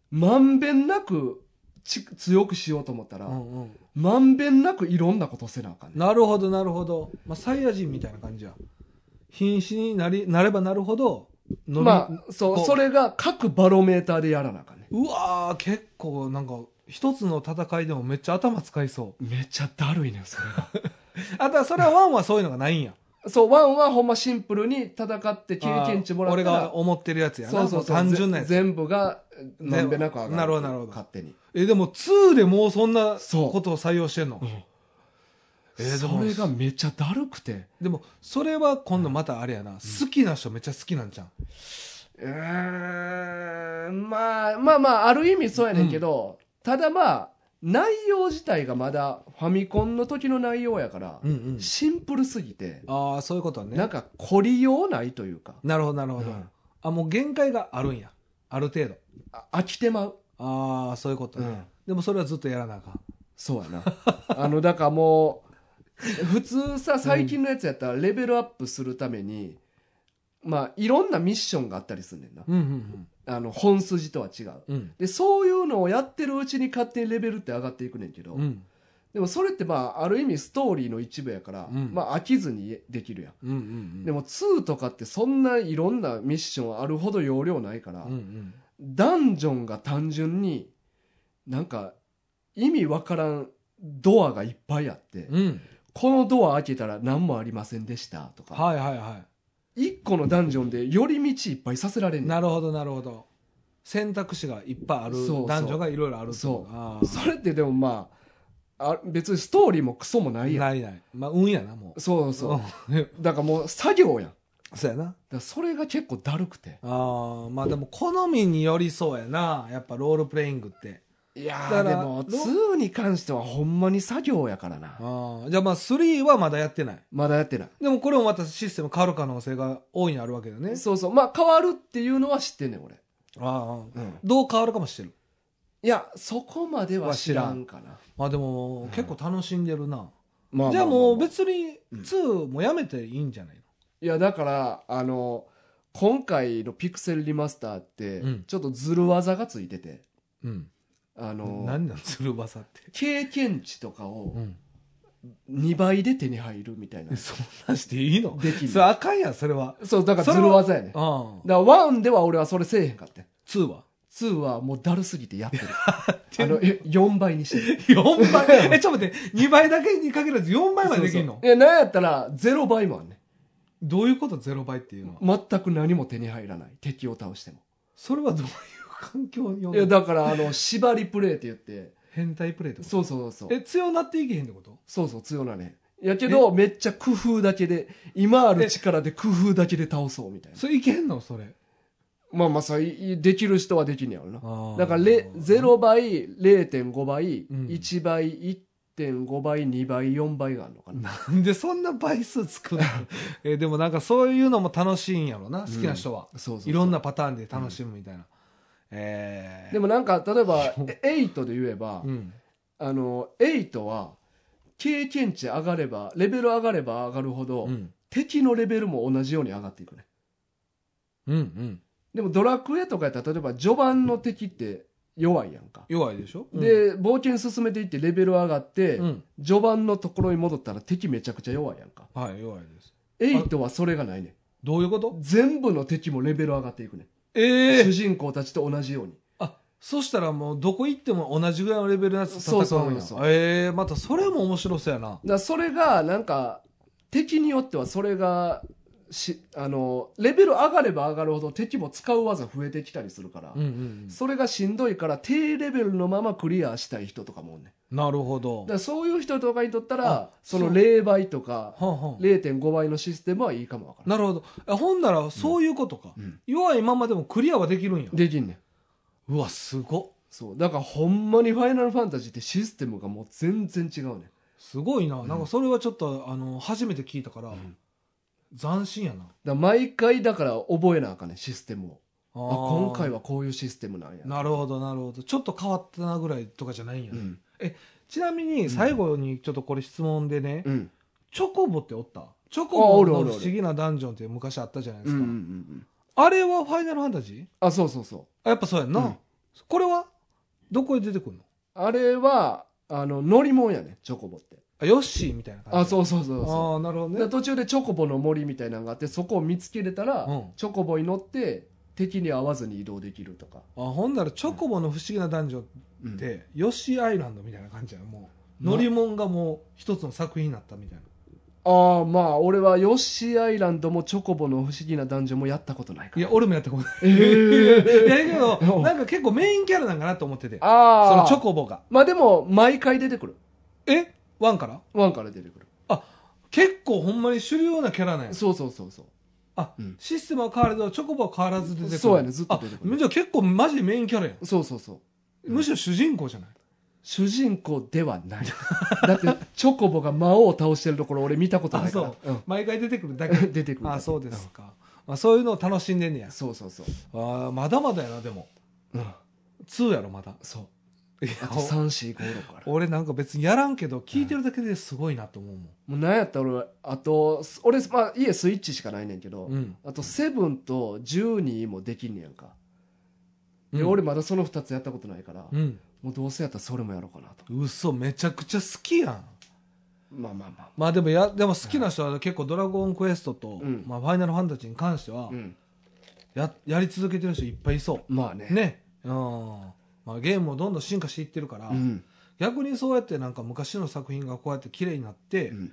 S1: まんべんなくち強くしようと思った
S2: う
S1: ら、
S2: ほううんうん
S1: まんべんなくいろんなことせなあかんねん。
S2: なるほど、なるほど。まあ、サイヤ人みたいな感じや。瀕死になり、なればなるほど、伸び
S1: まあ、そ
S2: こ
S1: う、
S2: う
S1: それが各バロメーターでやらなあかんねん。
S2: うわー、結構なんか、一つの戦いでもめっちゃ頭使いそう。
S1: めっちゃだるいねん、それが。
S2: あとは、それはワンはそういうのがないんや。
S1: そう、ワンはほんまシンプルに戦って経験値もらっ
S2: 俺
S1: た
S2: が
S1: ら、
S2: 思ってるやつやな。
S1: そうそうそう
S2: 単純なやつ。
S1: 全部が、まんべんなく上がる。
S2: なるほどなるほど
S1: 勝手に。
S2: え、でも2でもうそんな
S1: そう
S2: ことを採用してんのえーで
S1: そ
S2: も
S1: れがめっちゃだるくて。
S2: でも、それは今度またあれやな。好きな人めっちゃ好きなんじゃん。
S1: うーん、まあ、まあまあ、ある意味そうやねんけど、ただまあ、内容自体がまだファミコンの時の内容やから、
S2: うんうん。
S1: シンプルすぎて、
S2: ああ、そういうことね。
S1: なんか凝りようないというか、
S2: なるほど、なるほど。
S1: うん
S2: あ、もう限界があるんや。ある程度。
S1: あ飽きてまう。
S2: ああ、そういうことね、
S1: うん
S2: でもそれはずっとやらなあかん。
S1: そうやな。あの、だからもう、普通さ、最近のやつやったらレベルアップするために、まあ、いろんなミッションがあったりすんねんな。
S2: うんうん
S1: あの、本筋とは違う。
S2: うん。うん。
S1: で、そういうのをやってるうちに勝手にレベルって上がっていくねんけど、
S2: うん。
S1: でもそれってまあ、ある意味ストーリーの一部やから、
S2: うん
S1: まあ、飽きずにできるやん。
S2: うんうんうん。
S1: でも2とかってそんないろんなミッションあるほど容量ないから、
S2: うんうん。
S1: ダンジョンが単純になんか意味わからんドアがいっぱいあって、
S2: うん。
S1: このドア開けたら何もありませんでしたとか、
S2: はいはいは
S1: 一個のダンジョンで寄り道いっぱいさせられ
S2: い。
S1: んねん
S2: なるほどなるほど。選択肢がいっぱいある
S1: そうそう
S2: 男女がいろいろあるってこと
S1: そう
S2: あ
S1: それってでもまあ、あ別にストーリーもクソもな
S2: あ
S1: いやん。
S2: ないない。まあ運やなもう。。
S1: そうそうう。だからもう作業やん。だか
S2: そうやな。
S1: らそれが結構だるくて。
S2: ああまあでも好みによりそうやな。やっぱロールプレイングって。
S1: いや
S2: だ
S1: ー
S2: か
S1: で
S2: ら
S1: も
S2: ロ
S1: 2に関してはほんまに作業やからな。
S2: ああじゃあまあ3はまだやってない。
S1: まだやってない。
S2: でもこれもまたシステム変わる可能性が大いにあるわけだよね。
S1: そうそう。まあ変わるっていうのは知ってんねん俺。
S2: ああ
S1: うん。
S2: どう変わるかもしてる。
S1: いや、そこまでは知らんかな。
S2: まあでも結構楽しんでるな。
S1: まま
S2: じゃあもう
S1: ま
S2: 別に2もやめていいんじゃないの
S1: いや、だから、あの、今回のピクセルリマスターって
S2: うん、
S1: ちょっとずる技がついてて、
S2: うん。
S1: あの、
S2: 何なんつるばさって。
S1: 経験値とかを
S2: ん。
S1: 2倍で手に入るみたいな
S2: え、。そんなんしていいの
S1: できる
S2: それあかんやん、それは。
S1: そう、だからずる技やね。だか
S2: ああ。
S1: ら1では俺はそれせえへんかって。
S2: 2は
S1: 2はもうだるすぎて やってる。あの、え4倍にしてる。
S2: ?4 倍。え、ちょっと待って、2倍だけにかけらず4倍までできるの
S1: そうそういや、なんやったら0倍もあんね。
S2: どういうこと ?0 倍っていうのは。
S1: 全く何も手に入らない。敵を倒しても。
S2: それはどういう環境によ
S1: いや、
S2: る
S1: だから、あの、縛りプレイって言って、
S2: 変態プレイってこと
S1: そうそうそう。
S2: え、強なっていけへんってこと
S1: そうそう、強なね。やけど、めっちゃ工夫だけで、今ある力で工夫だけで倒そうみたいな。
S2: それいけへんのそれ。
S1: まあまあさ、いいできる人はできんねやろな。
S2: あ
S1: だかられ、0倍、0.5倍、
S2: うん
S1: 1倍、1.5倍、2倍、4倍があるのかな。
S2: なん でそんな倍数 作るのえ、でもなんかそういうのも楽しいんやろな、好きな人は。
S1: そうそうそう
S2: いろん。なパターンで楽しむみたいな。えー。
S1: でもなんか、例え ば、え8で言えば、
S2: うん。
S1: あの、8は、経験値上がれば、レベル上がれば上がるほど、
S2: うん。
S1: 敵のレベルも同じように上がっていくね。
S2: うん。うん。
S1: でもドラクエとかやったら例えば序盤の敵って弱いやんか、
S2: 弱いでしょ、
S1: で冒険進めていってレベル上がって、
S2: うん、
S1: 序盤のところに戻ったら敵めちゃくちゃ弱いやんか
S2: はい弱いです
S1: 8はそれがないね
S2: どういうこと
S1: ん全部の敵もレベル上がっていくねん
S2: え
S1: 主人公たちと同じように
S2: あそしたらもうどこ行っても同じぐらいのレベルのやつ戦うんや
S1: そうそうそう
S2: ええまたそれも面白そうやな
S1: だからそれがなんか敵によってはそれがしあのレベル上がれば上がるほど敵も使う技増えてきたりするから、
S2: うんうん
S1: それがしんどいから低レベルのままクリアしたい人とかもおんねん
S2: なるほど
S1: だからそういう人とかにとったら
S2: あ
S1: その0倍とか
S2: はんはん
S1: 0.5倍のシステムはいいかもわからん、
S2: なるほどあほんならそういうことか、
S1: うん
S2: 弱いままでもクリアはできるんや
S1: できんねん
S2: うわすごっ
S1: そうだからほんまに「ファイナルファンタジー」ってシステムがもう全然違うねん
S2: すごいな、
S1: ん
S2: なんかそれはちょっとあの初めて聞いたから、
S1: ん
S2: 斬新やな
S1: だから毎回だから覚えなあかんねんシステムを
S2: あ
S1: あ
S2: ー
S1: 今回はこういうシステムなんや
S2: なるほどなるほどちょっと変わったなぐらいとかじゃないんや、
S1: うん
S2: ちなみに最後にちょっとこれ質問でね、
S1: うん
S2: チョコボっておったチョ
S1: あ
S2: コボ
S1: おるお
S2: の
S1: る
S2: 不
S1: おる
S2: 思議なダンジョンって昔あったじゃないで
S1: うんう
S2: す
S1: んう
S2: か、
S1: ん
S2: あれはファイナルファンタジー
S1: あそうそうそう
S2: あやっぱそうやんな、
S1: うん
S2: これはどこで出てくるの
S1: あれはあの乗り物やねチョコボって
S2: あヨッシーみたいな感じ
S1: あそうそうそうそ
S2: あーなるほ
S1: う、
S2: ど
S1: だから
S2: ね
S1: 途中でチョコボの森みたいなのがあってそこを見つけれたら、
S2: うん
S1: チョコボに乗って敵に合わずに移動できるとか、
S2: あほんならチョコボの不思議なダンジョン
S1: うん
S2: って、ヨッシーアイランドみたいな感じやんもう乗り物がもう一つの作品になったみたいな
S1: ああまあ俺はヨッシーアイランドもチョコボの不思議なダンジョンもやったことないか
S2: い
S1: ら
S2: や俺もやったことない
S1: え ー
S2: いやけど
S1: うん
S2: なんか結構メインキャラなんかなと思っててそ
S1: あ
S2: の
S1: あ
S2: チョコボが
S1: まあでも毎回出てくる
S2: えワンから
S1: ワンから出てくる
S2: 結構ほんまに主流なキャラなんや
S1: そうそうそうそう
S2: あ、
S1: うん
S2: システムは変わるけどチョコボは変わらず出てくる
S1: そうやねずっと出てくる
S2: あじゃあ結構マジでメインキャラやん
S1: そうそうそううん
S2: むしろ主人公じゃない、
S1: 主人公ではない だってチョコボが魔王を倒してるところ俺見たことないから
S2: あ毎回出てくるだ
S1: う
S2: け
S1: ん出てくる
S2: あそうですか、まあ、そういうのを楽しんでんねや
S1: うんそうそうそう、
S2: あーまだまだやなでも
S1: うん、
S2: 2やろまだ
S1: そう
S2: いや
S1: あと3456から
S2: お俺なんか別にやらんけど聞いてるだけですごいなと思うもん、
S1: もうなんやったら俺あとす俺、まあ、家スイッチしかないねんけど、
S2: うん
S1: あとセブンと12もできんねやんかで、
S2: うん
S1: 俺まだその2つやったことないから、
S2: うん
S1: もうどうせやったらそれもやろうかなと
S2: 嘘めちゃくちゃ好きやん
S1: まあまあま
S2: まあでもやでも好きな人は結構「ドラゴンクエストと」
S1: うん
S2: まあ、ファイナルファンタジー」に関しては
S1: あ、うん、
S2: ややり続けてる人いっぱいいそ
S1: まあね
S2: うねうんまあ、ゲームもどんどん進化していってるから、
S1: うん
S2: 逆にそうやってなんか昔の作品がこうやって綺麗になって
S1: うん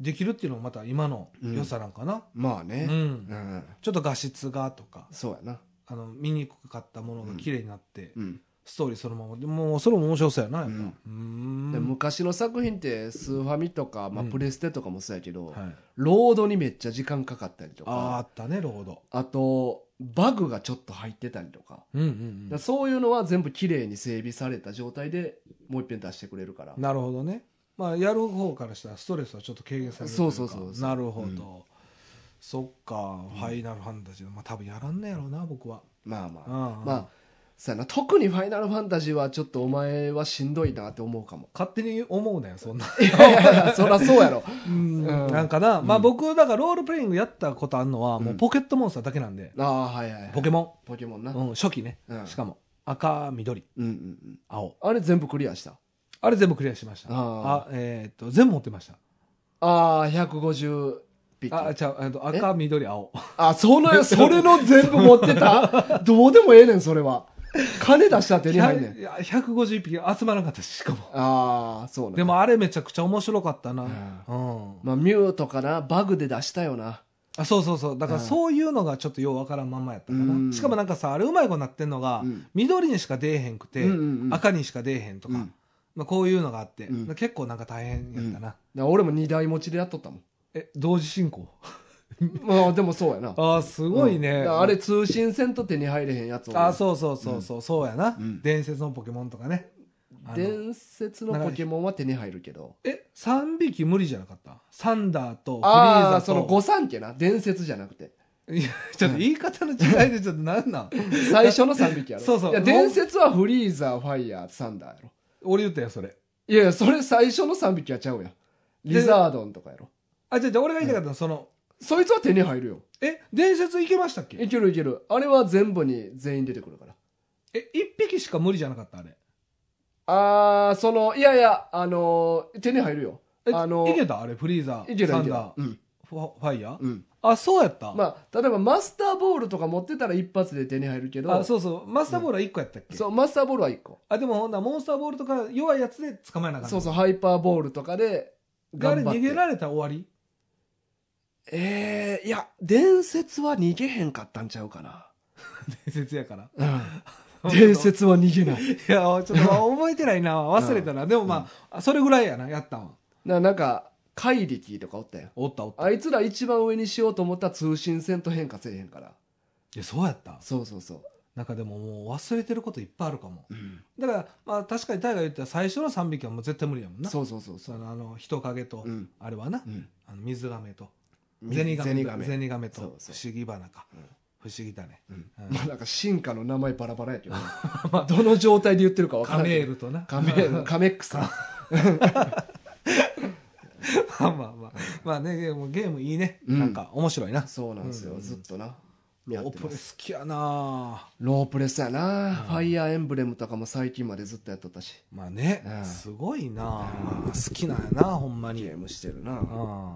S2: できるっていうのもまた今の良さなんかな、
S1: まあ
S2: うん
S1: ねうん、
S2: ちょっと画質がとか
S1: そうやな
S2: あの見にくかったものが綺麗になって、
S1: うん
S2: ストーリーそのままでもうそれも面白そうやなやっぱ
S1: うん
S2: うーん
S1: で昔の作品ってスーファミとか、まあ、
S2: うん
S1: プレステとかもそうやけど、
S2: はい、
S1: ロードにめっちゃ時間かかったりと
S2: あああ
S1: か
S2: ったねロード
S1: あとバグがちょっと入ってたりとか,、
S2: うんうんうん
S1: そういうのは全部綺麗に整備された状態でもう一遍出してくれるから
S2: なるほどね、まあ、やる方からしたらストレスはちょっと軽減されるといか
S1: そうそうそうそう
S2: なる
S1: う
S2: ほど、
S1: ん
S2: そっか、ファイナルファンタジー、まあ、多分やらんねやろうな僕は、
S1: まあま
S2: うん
S1: あ、
S2: うん
S1: まあさやな特に「ファイナルファンタジー」はちょっとお前はしんどいなって思うかも
S2: 勝手に思うなよそ んな、
S1: いやいやいやそりゃそうやろ
S2: うん
S1: うん
S2: なんかな、まあ
S1: うん
S2: 僕だからロールプレイングやったことあるのは、もううんポケットモンスターだけなんで、
S1: ああはいはい、はい、
S2: ポケモ
S1: ポケモン
S2: ン
S1: な、、
S2: うん、初期ね、
S1: うん
S2: しかも赤緑
S1: うんうんうん
S2: 青
S1: あれ全部クリアした
S2: あれ全部クリアしました
S1: あ
S2: あえーっと全部持ってました
S1: ああ150匹
S2: あちゃうえーっと赤緑青
S1: あ、そ の、それの全部持ってたどうでもええねん、それは。金出したら手に入んねん。
S2: いや150匹集まらなかったししかも
S1: ああ、そうね。
S2: で、もあれめちゃくちゃ面白かったな。
S1: う
S2: うんん。
S1: まあ、ミューとかな、バグで出したよな。
S2: あ、そうそうそう。だから
S1: うん
S2: そういうのがちょっとようわからんまんまやったか
S1: うん
S2: な。しかもなんかさ、あれうまいことなってんのが、
S1: うん
S2: 緑にしか出えへんくて、
S1: うんうんうん
S2: 赤にしか出えへんとか、
S1: うん
S2: まあこういうのがあって、
S1: うん
S2: 結構なんか大変やったな。
S1: な俺も二台持ちでやっとったもん。
S2: え、同時進行
S1: まあ、でもそうやな。
S2: あーすごいね。
S1: うんあれ、通信せんと手に入れへんやつを
S2: あーそうそうそうそう、そうやな、
S1: うん
S2: 伝説のポケモンとかね。あの
S1: 伝説のポケモンは手に入るけど。
S2: え、3匹無理じゃなかったサンダーとフリー
S1: あ
S2: ザ
S1: あ、
S2: と。
S1: その五三家な。伝説じゃなくて。
S2: いや、ちょっと言い方の違いでちょっとなんなん
S1: 最初の三匹やろ。
S2: そうそう
S1: いや、伝説はフリーザー、ファイヤー、サンダーやろ。
S2: 俺言ったよ、それ。
S1: いやいや、それ最初の三匹はちゃうやん。リザードンとかやろ。
S2: あ、じゃじゃ俺が言いたかったのは、その、
S1: そいつは手に入るよ。
S2: え伝説いけましたっけ
S1: いけるいける。あれは全部に全員出てくるから。
S2: え、一匹しか無理じゃなかった、あれ。
S1: あー、その、いやいや、あのー手に入るよ。
S2: え、
S1: あの
S2: いけたあれ、フリーザ
S1: いけ
S2: ー、
S1: る
S2: サ
S1: いけ
S2: ン
S1: る
S2: ダー、。
S1: うん。
S2: ファファイヤー、
S1: うん。
S2: あ、そうやった、
S1: まあ、例えばマスターボールとか持ってたら一発で手に入るけど、
S2: あ、そうそう。マスターボールは1個やったっけ、
S1: そう、マスターボールは1個。
S2: あ、でもほんならモンスターボールとか弱いやつで捕まえなあかった。
S1: そうそう、ハイパーボールとかで、
S2: であれ
S1: 頑張って。
S2: 逃げられたら終わり
S1: えー、いや、伝説は逃げへんかったんちゃうかな。
S2: 伝説やから。
S1: うん。伝説は逃げない。
S2: いや、ちょっと覚えてないな。忘れたな。でもまあ、それぐらいやな、やったんは。
S1: ななんか、怪力とかおったやん。
S2: おったおった。
S1: あいつら一番上にしようと思ったら通信線と変化せえへんから。
S2: いや、そうやった。
S1: そうそうそう。
S2: なんかでももう忘れてることいっぱいあるかも。
S1: うん
S2: だから、まあ確かに大河言ったら最初の3匹はもう絶対無理やもんな。
S1: そうそうそうそ。
S2: そうのあの、人影と、
S1: うん
S2: あれはな、
S1: うん。
S2: あの水亀と、ゼニガメ
S1: 銭
S2: と、
S1: 亀。
S2: ゼニガメと、
S1: そうそう
S2: 不思議花か。
S1: うん
S2: 不思議だね。
S1: うん
S2: うん
S1: まあなんか進化の名前バラバラや けど、どの状態で言ってるか分か
S2: カ
S1: らな
S2: メー
S1: い。
S2: ルとな。
S1: カメール。 カメックスか。
S2: まあまあまあ。まあね、でもゲームいいね。
S1: うん
S2: なんか面白いな。
S1: そうなんですよ、ずっとな。
S2: ロ
S1: やっ
S2: ー
S1: て
S2: プ
S1: ま
S2: レ好
S1: す
S2: きやな
S1: ロープレスやな、ファイヤーエンブレムとかも最近までずっとやっとったし。
S2: まあね
S1: うん、
S2: すごいな好きなんやなほんま
S1: ゲ
S2: に。
S1: ームしてるな。
S2: うん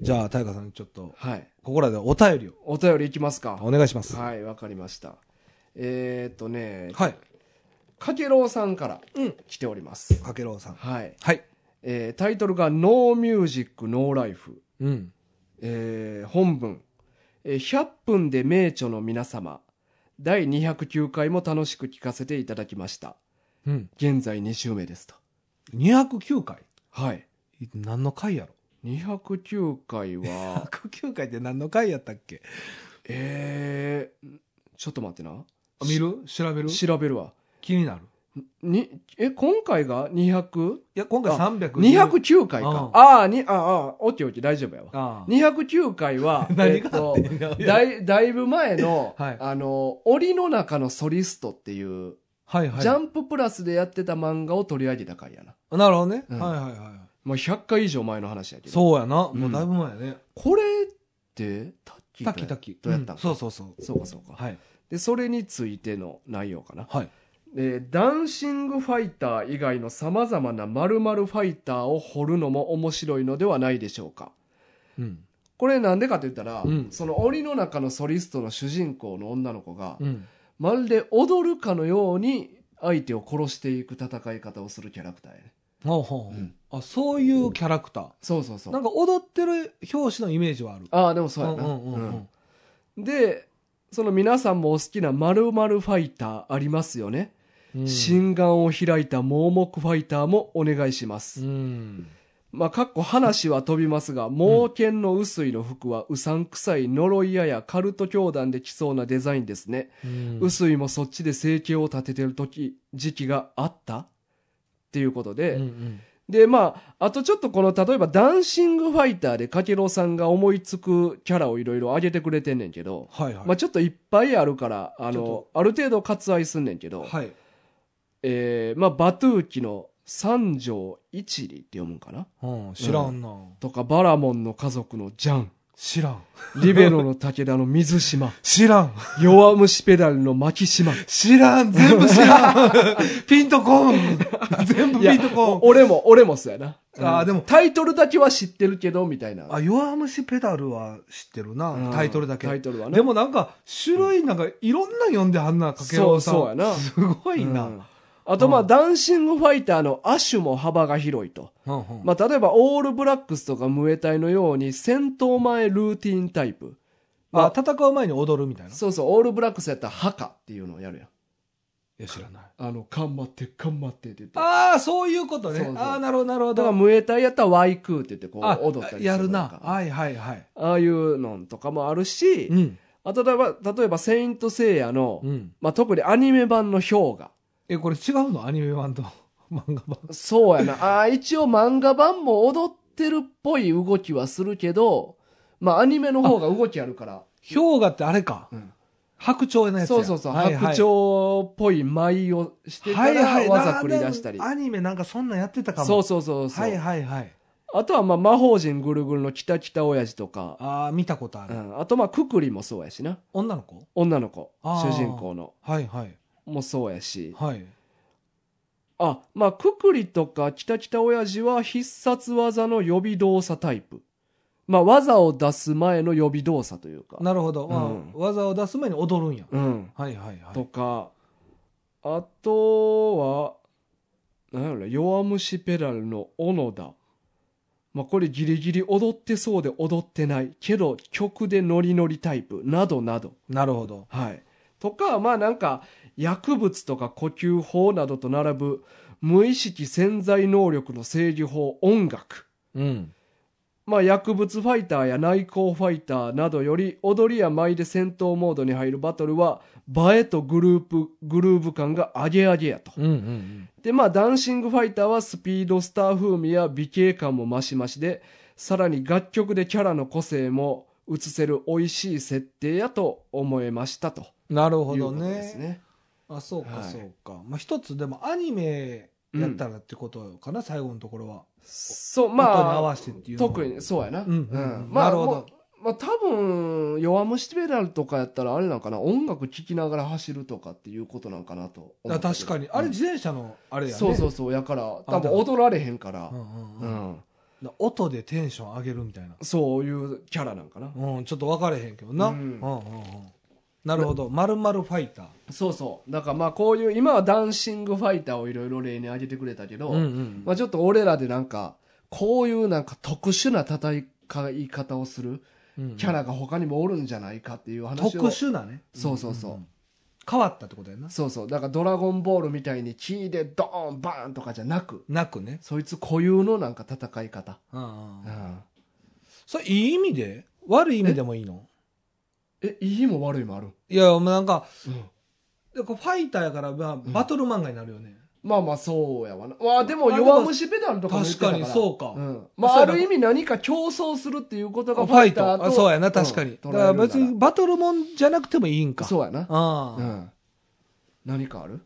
S2: じゃあ、大河さんちょっと、
S1: はい。
S2: ここらでお便りを
S1: お便りいきますか。
S2: お願いします。
S1: はい、わかりました。えー、っとね、
S2: はい。
S1: かけろうさんから
S2: うん
S1: 来ております。
S2: かけろうさん。
S1: はい。
S2: はい。
S1: えータイトルが No Music, No Life。
S2: うん。
S1: えー本文、えー100分で名著の皆様、第209回も楽しく聞かせていただきました。
S2: うん。
S1: 現在2週目ですと。
S2: 209回
S1: はい。
S2: 何の回やろ
S1: 209回は、
S2: ?209 回って何の回やったっけ
S1: えー、ちょっと待ってな。
S2: あ見る調べる
S1: 調べるわ。
S2: 気になる。
S1: に、え、今回が 200?209
S2: いや、今回
S1: あ
S2: 300。
S1: 回
S2: うん
S1: か。ああ、に、ああ、オッケーオッケー、大丈夫やわ。
S2: ああ。、
S1: 209回は
S2: 何
S1: え
S2: が
S1: っと
S2: あってんの、
S1: だい、だいぶ前の
S2: はい
S1: あの、檻の中のソリストっていう、
S2: はいはい。
S1: ジャンププラスでやってた漫画を取り上げた回やな。
S2: なるほどね。
S1: う
S2: は
S1: ん
S2: いはいは
S1: まあ、100回以上前の話やけど。
S2: い。そうやな。
S1: ん
S2: もうだいぶ前やね。
S1: これって、タッキー
S2: タ
S1: と
S2: キ
S1: や
S2: タキ。
S1: とやったん
S2: う
S1: か
S2: んそうそうそう。
S1: そうかそうか。
S2: はい。
S1: で、それについての内容かな。
S2: はい。
S1: えーダンシングファイター以外の様々な〇〇ファイターを掘るのも面白いのではないでしょうか。
S2: うん。
S1: これなんでかと言ったら、
S2: うん
S1: その檻の中のソリストの主人公の女の子が、
S2: うん。
S1: まるで踊るかのように相手を殺していく戦い方をするキャラクターやね。
S2: ほうほう
S1: うん
S2: あ、そういうキャラクタ
S1: そうそうそ
S2: ー。
S1: う。
S2: なんか踊ってる表紙のイメージはある。
S1: ああ、でもそうやな。
S2: うんうんうんう
S1: うん
S2: ん。
S1: で、その皆さんもお好きな〇〇ファイターありますよね。
S2: うん
S1: 心眼を開いた盲目ファイターもお願いしま
S2: う
S1: す。
S2: ん。
S1: まあ、かっこ話は飛びますが、猛犬の薄いの服はうさんくさい呪い屋やカルト教団で来そうなデザインですね。
S2: うん
S1: 薄いもそっちで生計を立ててる時、時期があったっていうことで、
S2: うんうん
S1: で、まあ、あとちょっとこの、例えばダンシングファイターでかけろうさんが思いつくキャラをいろいろ上げてくれてんねんけど、
S2: はいはい。
S1: まあちょっといっぱいあるから、あ
S2: ちょ
S1: の
S2: っと、
S1: ある程度割愛すんねんけど、
S2: はい。
S1: えーまあバトゥーキの三条一里って読むんかな
S2: うん、知らんな。
S1: とか、バラモンの家族のジャン、
S2: 知らん。
S1: リベロの武田の水島、
S2: 知らん。
S1: 弱虫ペダルの牧島。
S2: 知らん。全部知らん。 ピンとこん。全部
S1: いや
S2: ピンとこん。
S1: 俺も、俺もそうやな。
S2: あーでも
S1: タイトルだけは知ってるけど、みたいな。
S2: あ、弱虫ペダルは知ってる
S1: う
S2: な。
S1: ん
S2: タイトルだけ。
S1: タイトルはね。
S2: でもなんか、種類なんかいろんな読んではんな、かけろうさん。
S1: そうそうやな
S2: すごいな。
S1: う
S2: うんん
S1: あとまあ、
S2: うん
S1: ダンシングファイターの亜種も幅が広いと。
S2: うん
S1: まあ、例えば、オールブラックスとかムエタイのように、戦闘前ルーティンタイプ。ま
S2: あ、戦う前に踊るみたいな。い
S1: そうそう、オールブラックスやったら、ハカっていうのをやるやん。
S2: や、知らない。
S1: あの、頑張って、頑張ってって言って。だか
S2: ああ、そういうこと
S1: そうそ
S2: ね
S1: う。
S2: ああ、なるほど、なるほ
S1: ら、
S2: ど。
S1: ムエタイやったら、ワイクーって言って、こ
S2: あ
S1: う、踊ったりする
S2: やる
S1: ん
S2: な。
S1: か
S2: はいはいはい。
S1: ああいうのとかもあるし
S2: う、ん。
S1: あと、例えば、例えば、セイントセイヤの
S2: う、ん。
S1: まあ、特にアニメ版の氷河。
S2: え、これ違うのアニメ版と 漫画版。
S1: そうやな。あー一応漫画版も踊ってるっぽい動きはするけど、まあアニメの方が動きあるから。
S2: 氷河ってあれか。
S1: うん
S2: 白鳥のやつや。
S1: そうそうそう。
S2: はいは
S1: 白
S2: い
S1: 鳥っぽい舞をしてか
S2: はいは
S1: ら
S2: い。
S1: 技繰り出したり。
S2: なんかアニメなんかそんなんやってたかも。
S1: そうそうそうそう。
S2: はいはいはい。
S1: あとはまあ魔法陣ぐるぐるのキタキタ親父とか、
S2: ああ、見たことあ
S1: う
S2: る。
S1: ん、あとまあくくりもそうやしな。
S2: 女の子
S1: 女の子、
S2: あ
S1: 主
S2: ー
S1: 人公の。
S2: はいはい。
S1: もそうやし。
S2: はい。
S1: あ、まあ、くくりとか、きたきた親父は必殺技の予備動作タイプ。まあ、技を出す前の予備動作というか。
S2: なるほど。まあ
S1: うん
S2: 技を出す前に踊るんや。
S1: うん。
S2: はいはいはい。
S1: とか、あとは、なんやろね、弱虫ペダルの小野田。まあ、これギリギリ踊ってそうで踊ってない。けど、曲でノリノリタイプ。などなど。
S2: なるほど。
S1: はい。とか、まあなんか、薬物とか呼吸法などと並ぶ、無意識潜在能力の制御法、音楽。
S2: うん。
S1: まあ薬物ファイターや内向ファイターなどより、踊りや舞で戦闘モードに入るバトルは、映えとグループ、グルーヴ感が上げ上げやと。
S2: うんうんうん。
S1: で、まあダンシングファイターはスピードスター風味や美形感も増し増しで、さらに楽曲でキャラの個性も映せる美味しい設定やと思えましたと。
S2: なるほ
S1: いう
S2: ど
S1: ことです
S2: ね。
S1: ね。
S2: あ、そうか
S1: はい
S2: そうか。まあ一つでもアニメやったらってことかな、最後のところは。
S1: そう、
S2: 音に合
S1: まあ、
S2: わせてっていうのは
S1: 特に、そうやな。
S2: うんうんうん
S1: ま
S2: な
S1: あ、
S2: るほ
S1: も
S2: ど
S1: うまあ、多分、弱虫ペダルとかやったら、あれなんかな、音楽聴きながら走るとかっていうことなんかなと思
S2: あ
S1: ったけ
S2: 確
S1: ど
S2: かに。あれ自転車のあれ
S1: うん
S2: やね。
S1: そうそうそう、やから、
S2: あ
S1: 多分踊られへんから
S2: う、ん
S1: う
S2: うんうん。
S1: ん。
S2: だ音でテンション上げるみたいな。
S1: そういうキャラなんかな。
S2: うん、ちょっと分かれへんけどな。
S1: う
S2: うんんうんうん。なるほど。まるまるファイター。
S1: そうそう。だからまあ、こういう、今はダンシングファイターをいろいろ例に挙げてくれたけど、
S2: うん
S1: まあちょっと俺らでなんか、こういうなんか特殊な戦い方をする
S2: うん
S1: キャラが他にもおるんじゃないかっていう話
S2: 特
S1: を。
S2: 殊なね。
S1: そうそうそうん
S2: んん変わったってことやな。
S1: そうそう。だからドラゴンボールみたいにキーでドーンバーンとかじゃなく、
S2: なくね。
S1: そいつ固有のなんか戦い方。
S2: うんうん
S1: うん
S2: それいい意味で悪い意味でもいいの
S1: え、いいも悪いもある。
S2: いや、もうなんか、
S1: うん
S2: でこうファイターやから、まあ、バトル漫画になるよね。
S1: まあまあそうやわな。まあでも
S2: あれ
S1: 弱虫ペダルとかも言って
S2: 確
S1: たか
S2: からにそうか。
S1: うん。まあ
S2: そう
S1: あ
S2: やな
S1: る意味何か競争するっていうこと
S2: フ
S1: がフ
S2: ァ
S1: ァ
S2: イ
S1: イ
S2: ト
S1: ター
S2: あ
S1: と。
S2: そうやな、確か
S1: うん
S2: に。だ
S1: 捉
S2: か
S1: え
S2: ら
S1: るなら
S2: 別にバトルもんじゃなくてもいいんか。
S1: そうやな。
S2: あ
S1: う
S2: あ
S1: ん。何かある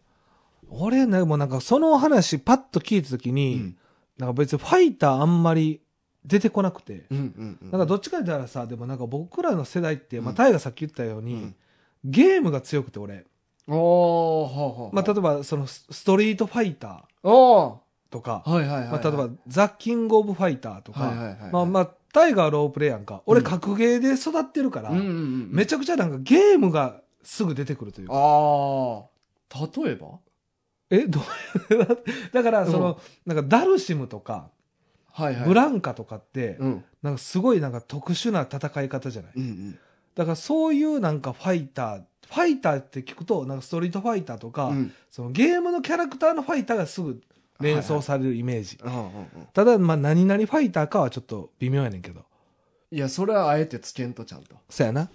S2: 俺ね、もうなんかその話パッと聞いたとき
S1: う
S2: に、
S1: ん。
S2: なんか別にファイターあんまり出てこなくて。
S1: うんうんうん。
S2: なんかどっちか言ったらさ、でもなんか僕らの世代って、
S1: う
S2: まあ、
S1: ん
S2: タイがさっき言ったように、
S1: うん
S2: ゲームが強くて俺。
S1: おー、ほうほう。
S2: まあ、例えばそのスストリートファイター
S1: お
S2: とか、
S1: ー。はいはいはい。
S2: まあ、例えばザ・キング・オブ・ファイターと
S1: はいはいはい
S2: か
S1: はい、
S2: まあまあ、タイガーロープレイやんか。俺
S1: うん
S2: 格ゲーで育ってるから、
S1: うんうんうん。
S2: めちゃくちゃなんかゲームがすぐ出てくるというか。
S1: あー。例えば
S2: え、どう だから、その、なんかダルシムとか、
S1: はいはい。
S2: ブランカとかって、
S1: うん。
S2: なんかすごいなんか特殊な戦い方じゃない
S1: うんうん。
S2: だからそういうなんかファイター、ファイターって聞くと、なんかストリートファイターとか、
S1: うん
S2: そのゲームのキャラクターのファイターがすぐ連想されるイメージ。
S1: うんうんうん
S2: ただ、まあ何々ファイターかはちょっと微妙やねんけど。
S1: いや、それはあえてつけんとちゃんと。
S2: そやな。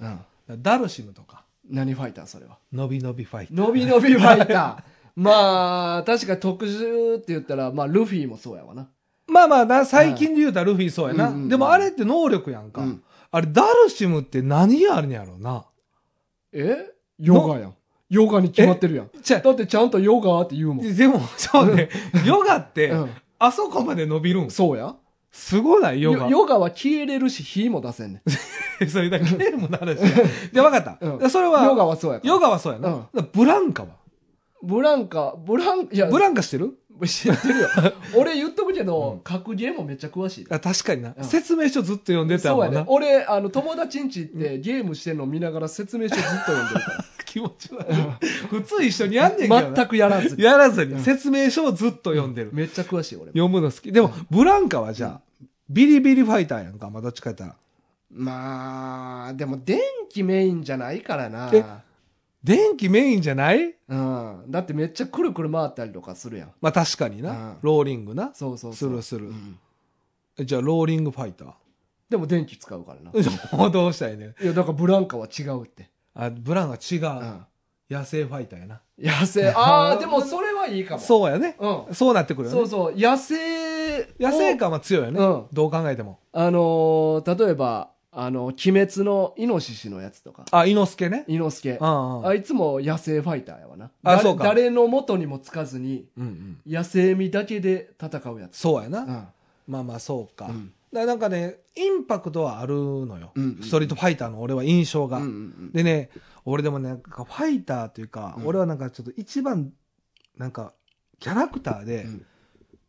S1: うん。
S2: ダルシムとか、
S1: 何ファイターそれは。
S2: のびのびファイター。
S1: のびのびファイ ター。まあ、確か特殊って言ったら、まあ、ルフィもそうやわな。
S2: まあまあな、最近で言うたらルフィそうやな。
S1: うんうんうん
S2: でもあれって能力やんか。
S1: うん
S2: あれ、ダルシムって何やるんやろうな。
S1: えヨガやん。ヨガに決まってるやん。
S2: じゃ
S1: だってちゃんとヨガって言うもん。
S2: でも、そうね、ヨガって、
S1: うん
S2: あそこまで伸びるん
S1: そうや。
S2: すごないヨ
S1: ヨ
S2: ガ。
S1: ヨガは消えれるし、火も出せんねん。
S2: それだけゲームの話や。 で、わかった。
S1: うん
S2: それは、
S1: ヨガはそうやから。
S2: ヨガはそうやな。
S1: うん
S2: だからブランカは
S1: ブランカ、ブラン、いや、
S2: ブランカして る
S1: 知ってるよ。俺言っとくけ
S2: う
S1: ど
S2: ん、
S1: 格ゲーもめっちゃ詳しいで。
S2: あ確かにな、
S1: うん
S2: 説明書ずっと読んでた
S1: そう
S2: も
S1: や
S2: ん
S1: ね
S2: な。。
S1: 俺、あの、友達んち行ってゲームしてんの見ながら説明書ずっと読んでる か
S2: 気持ち悪い。普通一緒にやんねんけど
S1: ら。
S2: な。
S1: 全くやらずに。
S2: やらずに、
S1: うん
S2: 説明書をずっと読んでる。
S1: めっちゃ詳しい、俺も。
S2: 読むの好き。でも、ブランカはじゃあ、ビリビリファイターやんか。まあ、どっちかやったら。
S1: まあ、でも電気メインじゃないからな。
S2: え電気メインじゃない
S1: うん。だってめっちゃくるくる回ったりとかするやん。
S2: まあ、確かに
S1: うん
S2: な。ローリングな。
S1: そうそうそう。
S2: するする
S1: うん
S2: じゃあ、ローリングファイタ
S1: でも電気使うからな。い
S2: ー。 もうどうしたいねん。
S1: や、だからブランカは違うって。
S2: あ、ブランカ違
S1: う
S2: う。
S1: ん。
S2: 野生ファイターやな。
S1: 野 生。ああ、でもそれはいいかも。う。
S2: そうやね。
S1: う
S2: そうなってく
S1: ん。
S2: るよ
S1: そ
S2: ね
S1: う。そう。野生を。
S2: 野生感は強いよね、
S1: うん
S2: どう考えても
S1: あのー例えば、あの、鬼滅のイノシシのやつとか、
S2: あ伊之助ね
S1: イノスケ。
S2: うんうん
S1: あいつも野生ファイターやわな。
S2: あ
S1: だ
S2: そうか
S1: 誰の元にもつかずに、
S2: うんうん
S1: 野生味だけで戦うやつ。
S2: そうやな、
S1: うん。
S2: まあまあそうか、
S1: うん
S2: だからなんかね、インパクトはあるのよ。
S1: うんうんうん
S2: ストリートファイターの俺は印象が。
S1: うんうん
S2: でね、俺でもねなんかファイターというか、
S1: うん
S2: 俺はなんかちょっと一番、なんか、キャラクターで、
S1: うん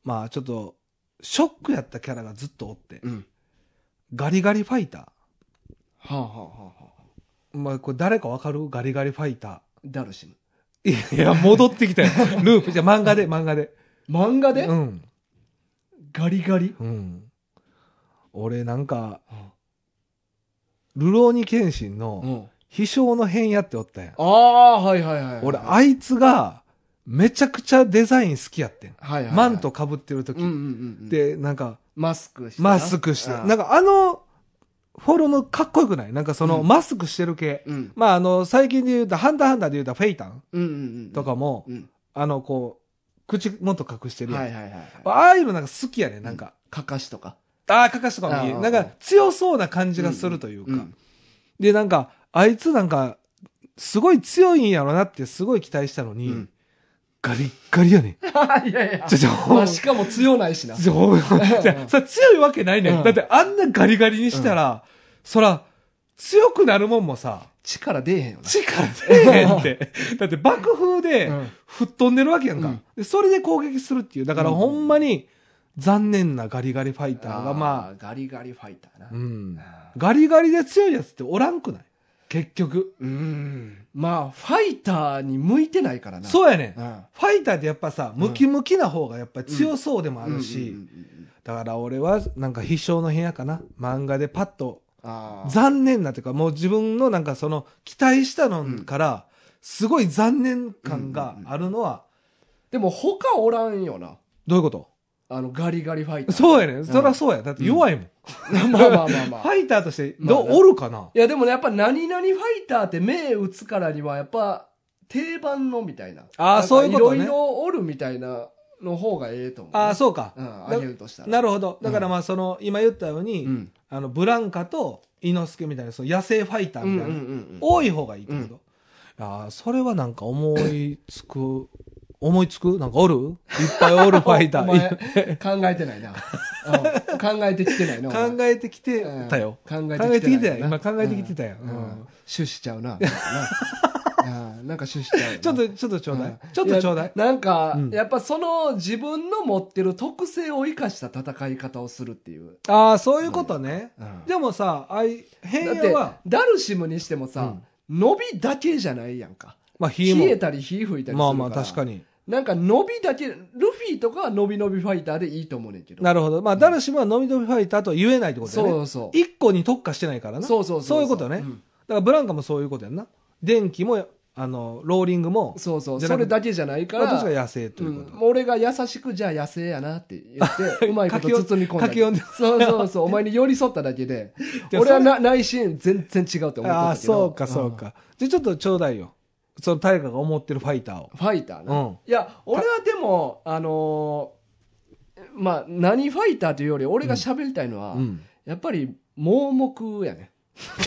S2: まあちょっと、ショックやったキャラがずっとおって、
S1: うん。
S2: ガリガリファイタ
S1: はあはあはあはあ。
S2: ー。まあこれ誰かわかるガリガリファイタ
S1: ダルシム。
S2: ー。いや、戻ってきたよ。ループ。じゃあ漫画で、漫画で。
S1: 漫画で、
S2: うん。
S1: ガリガリ、
S2: うん。俺なんか、
S1: うん
S2: ルローニケンシンの、
S1: あ
S2: 飛翔の変やっておったやん。
S1: あー、はいはいはいはい。
S2: 俺、あいつが、めちゃくちゃデザイン好きやってん。
S1: はいはいはい
S2: マント被って
S1: うんう
S2: る
S1: ん
S2: 時。
S1: うんうん。、
S2: で、なんか、
S1: マスクしてな。
S2: マスクして。
S1: うん
S2: なんかあの、フォルムかっこよくないなんかその、
S1: うん
S2: マスクしてる系。
S1: うん。
S2: まああの、最近で言うと、ハンターハンターで言うと、フェイタン
S1: うんうんうん。
S2: とかも、
S1: うん。
S2: あの、こう、口元隠してるやん。
S1: はいはいはいはい。
S2: ああいうのなんか好きやね、なんか。
S1: かかしとか。
S2: ああ、かかしとかもいい。
S1: あー
S2: なんか強そうな感じがするというか。
S1: うん
S2: で、なんか、あいつなんか、すごい強いんやろなってすごい期待したのに、
S1: うん
S2: ガリッガリやねん。
S1: いやいや
S2: ちょ、ちょ、ほ
S1: ま
S2: んま
S1: あ、しかも強ないしな。
S2: ちょほんまじゃあそれ強いわけないねん。
S1: うん
S2: だってあんなガリガリにしたら、そら、強くなるもんもさ、
S1: 力出えへんよな。
S2: 力出えへんって。だって爆風で
S1: うん
S2: 吹っ飛んでるわけやんか、
S1: うん
S2: で。それで攻撃するっていう。だから
S1: うん
S2: ほんまに残念なガリガリファイターが、ま
S1: あー、ガリガリファイターな
S2: あ、う。ん。
S1: あー
S2: ガリガリで強いやつっておらんくない結局。
S1: うん。まあ、ファイターに向いてないからな。う。
S2: そうやねん
S1: う。ん。
S2: ファイターってやっぱさ、
S1: うん
S2: ムキムキな方がやっぱ強そうでもあるし、
S1: うんうんうんうん
S2: だから俺はなんか必勝の部屋かな。漫画でパッと、
S1: あー
S2: 残念なというか、もう自分のなんかその、期待したのから、すごい残念感があるのは、
S1: でも、他おらんよな。
S2: どういうこと、
S1: あの、ガリガリファイター。
S2: そうやねん。そ りゃそうや。だって弱いもん。
S1: まあまあまあま
S2: フ
S1: あ。
S2: ァイターとしてどう、
S1: まあな
S2: おるかない
S1: や、でもね、やっぱ何々ファイターって目打つからには、やっぱ定番のみたいな。
S2: あー
S1: なんか
S2: そういうことね
S1: いろいろおるみたいなの方がええと思う、
S2: ああ、そうか。
S1: う。ん、あげるとしたら。
S2: なるほど。だからまあその、今言ったように、
S1: うん。
S2: あの、ブランカと伊之助みたいな、その野生ファイター
S1: うん
S2: み
S1: う
S2: たい
S1: ん
S2: な、
S1: うんうん。
S2: 多い方がいいってこと、ああそれはなんか思いつく思いつくなんかおるいっぱいおるファイタ
S1: お
S2: ー
S1: 前考えてないな。うん考えてきてないな。お前
S2: 考えてきてたよ、
S1: うん考
S2: 考えてきてた
S1: ない
S2: よ今考えてきてたよ、
S1: うん
S2: う
S1: うんんシュッしちゃうな。 なうんなんかシュッしちゃうよな。
S2: ちょっとちょっとちょうだい、
S1: ん
S2: ちょっとちょうだい
S1: やなんか、
S2: うん
S1: やっぱその自分の持ってる特性を生かした戦い方をするっていう。
S2: ああそういうことね、
S1: うん
S2: でもさあい
S1: だ
S2: 変
S1: っ
S2: 野
S1: て
S2: は、
S1: ダルシムにしてもさ、伸びだけじゃないやんか。
S2: まあ
S1: 冷
S2: 火も
S1: えたり火吹いたりするから。
S2: まあまあ確かに
S1: なんか伸びだけ、ルフィとかは伸び伸びファイターでいいと思うねんけど。
S2: なるほどまあ誰しもはのびのびファイターとは言えないってことだ
S1: そ
S2: よね
S1: うそう。
S2: 一個に特化してないからな
S1: そうそう
S2: いうことね、
S1: う
S2: だか
S1: ん
S2: らブランカもそういうことやんな電気もあのローリングも
S1: そうそう。
S2: じゃな
S1: そ
S2: くて
S1: れだけじゃないか
S2: まあどっ
S1: ら
S2: ちが。野生というこ
S1: う
S2: と、
S1: ん俺が優しくじゃあ野生やなって言 って、うまいこと
S2: 書き
S1: 包み込んだけ。
S2: 書き読んで
S1: そうそうそう。お前に寄り添っただけ で、
S2: いや
S1: 俺はな内心全然違うと思ってたけど。
S2: ああ、そうか、そうか。じゃあちょっとちょうだいよ。その、誰かが思ってるファイターを
S1: うん。。ファイター
S2: う
S1: な。
S2: ん。
S1: いや、俺はでも、あのーまあ、何ファイターというより、俺が喋りたいのは、
S2: うん。
S1: やっぱり盲目やね。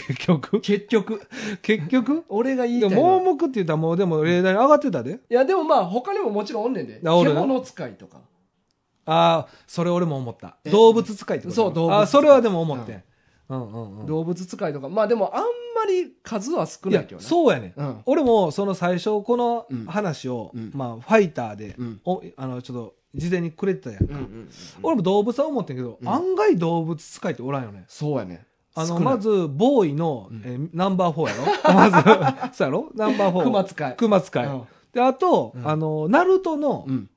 S2: 結局結局。結局
S1: 俺が言い
S2: で
S1: たい
S2: も
S1: のは
S2: 盲目って言ったらもう、でも、例題に上がってたで。
S1: いや、でもまあ、他にももちろんおんねんで。
S2: あおるな
S1: 獣使いとか。
S2: ああ、それ俺も思った。動物使いってこと
S1: そう動物使い
S2: ああ、それはでも思ってん。うんうんうん。
S1: 動物使いとか。まあでも、あんまり数は少
S2: い
S1: な
S2: や
S1: いけど、ね。
S2: そうやねん。
S1: うん。
S2: 俺も、その最初、この
S1: うん
S2: 話を、
S1: うん
S2: まあ、ファイターで、
S1: うん
S2: おあの、ちょっと、事前にくれてたやん。
S1: うんうんうん。
S2: 俺も動物は思ってんけど、
S1: うん
S2: 案外動物使いっておらんよね。
S1: そうやね。
S2: あ
S1: 少
S2: の、
S1: ない
S2: ま、ず、ボーイの、
S1: うん
S2: えーナンバー4やろ まず、そうやろナンバー4。
S1: 熊使い。
S2: 熊使い。
S1: うん
S2: で、あと、
S1: うん
S2: あの、ナルトの、
S1: うん。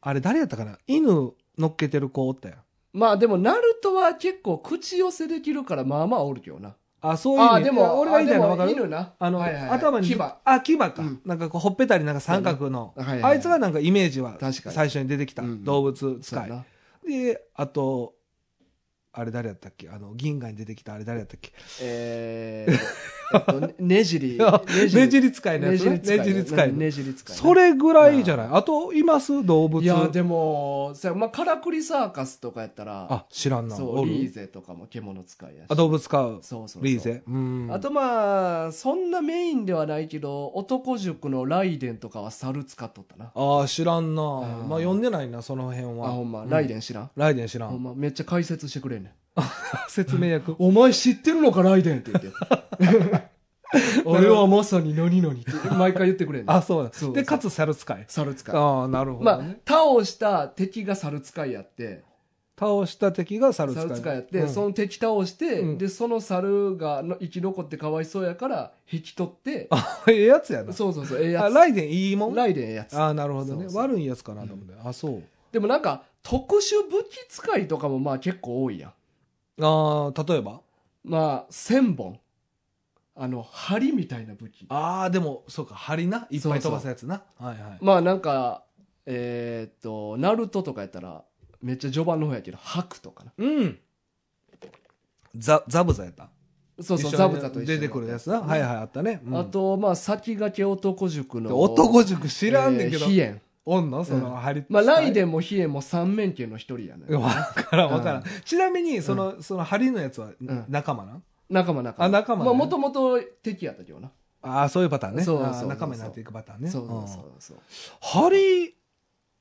S2: あれ誰やったかな犬乗っけてる子おったやん。
S1: まあでも、ナルトは結構口寄せできるから、まあまあおるけどな。
S2: あ、そういう意味
S1: ああ、で
S2: いや
S1: も、
S2: 俺が言いたいの
S1: あ
S2: 分
S1: でも
S2: かる
S1: 犬な。
S2: あの、
S1: はいはいはい
S2: 頭に、
S1: 牙。は
S2: あ、牙か。
S1: うん
S2: なんかこう、ほっぺたりなんか三角の、
S1: いはいは
S2: あいつがなんかイメージは、
S1: 確かに
S2: 最初に出てきた、
S1: うん
S2: 動物
S1: そうや
S2: 使
S1: な。
S2: い。で、あと、あれ誰やったっけあの、銀河に出てきたあれ誰やったっけ
S1: えー えっとねねじり。
S2: ねじり使いのや
S1: ね
S2: つ
S1: じ
S2: ね
S1: り使い
S2: ね
S1: の。
S2: じり使いの。
S1: ねじり使いの。
S2: それぐらいじゃないあと、います動物。
S1: いや、でも、さまあ、カラクリサーカスとかやったら、
S2: あ、知らんな。
S1: そ
S2: お
S1: う、
S2: る
S1: リーゼとかも獣使いやし。
S2: あ、動物使う。
S1: そうそうそう
S2: リー。ゼ。うん。
S1: あとまあ、そんなメインではないけど、男塾のライデンとかは猿使っとったな。
S2: ああ、知らんな。
S1: ん
S2: まあ、読んでないな、その辺
S1: あ、
S2: は。
S1: ほんま、
S2: う
S1: ライデン知らん
S2: ライデン知ら
S1: ほん
S2: ん。
S1: ま、めっちゃ解説してくれんねん。
S2: 説明 役。
S1: お前知ってるのか、ライデンって言って。 俺はまさに何々 って毎回言ってくれんねん
S2: あ、そう
S1: そう
S2: だ。で、かつ猿使い。
S1: 猿使い。
S2: ああ、なるほ
S1: ま
S2: ど
S1: あ
S2: ね。、
S1: 倒した敵が猿使いやって、
S2: 倒した敵が猿使い。
S1: 猿使いやって、
S2: うん
S1: その敵倒して、
S2: うん
S1: で、その猿がの生き残ってかわいそうやから、引き取って、
S2: あ、 ええやつやな。
S1: そうそうそう、ええ
S2: あ、
S1: や
S2: ライデンいいも
S1: つ。
S2: ん。
S1: ライデンええやつ。
S2: ああ、なるほどね
S1: そう。そう
S2: 悪いやつかなと思って。あ、そう。
S1: でもなんか、特殊武器使いとかもまあ結構多いやん。
S2: ああ、例えば
S1: まあ、千本。あの、針みたいな武器。
S2: ああ、でも、そうか、針な。いっぱい飛ばすやつな。はいはい。
S1: まあなんか、えーっと、ナルトとかやったら、めっちゃ序盤の方やけど、白とかな。
S2: うん。ザ、ザブザやった。
S1: そうそう、
S2: 一緒に
S1: ザブザと一緒に
S2: 出てくるやつな。はいはい、あったね。うん
S1: あ、と、まあ、先駆け男塾の。
S2: 男塾知らんねんけど
S1: えー。飛燕。
S2: おんのそうの、針
S1: まあ、ライ
S2: ン
S1: デンも飛燕も三面形の一人やね。
S2: わからん、わからん。ちなみに、その、その、針のやつは
S1: ん
S2: 仲間なん
S1: 仲間仲間。
S2: あ仲間ね
S1: まあ、もともと敵やったけどな。
S2: ああ、そういうパターンね。
S1: そうそう
S2: あー
S1: そう
S2: 仲間になっていくパターンね。
S1: そうそう
S2: うん
S1: そうそう。
S2: 針、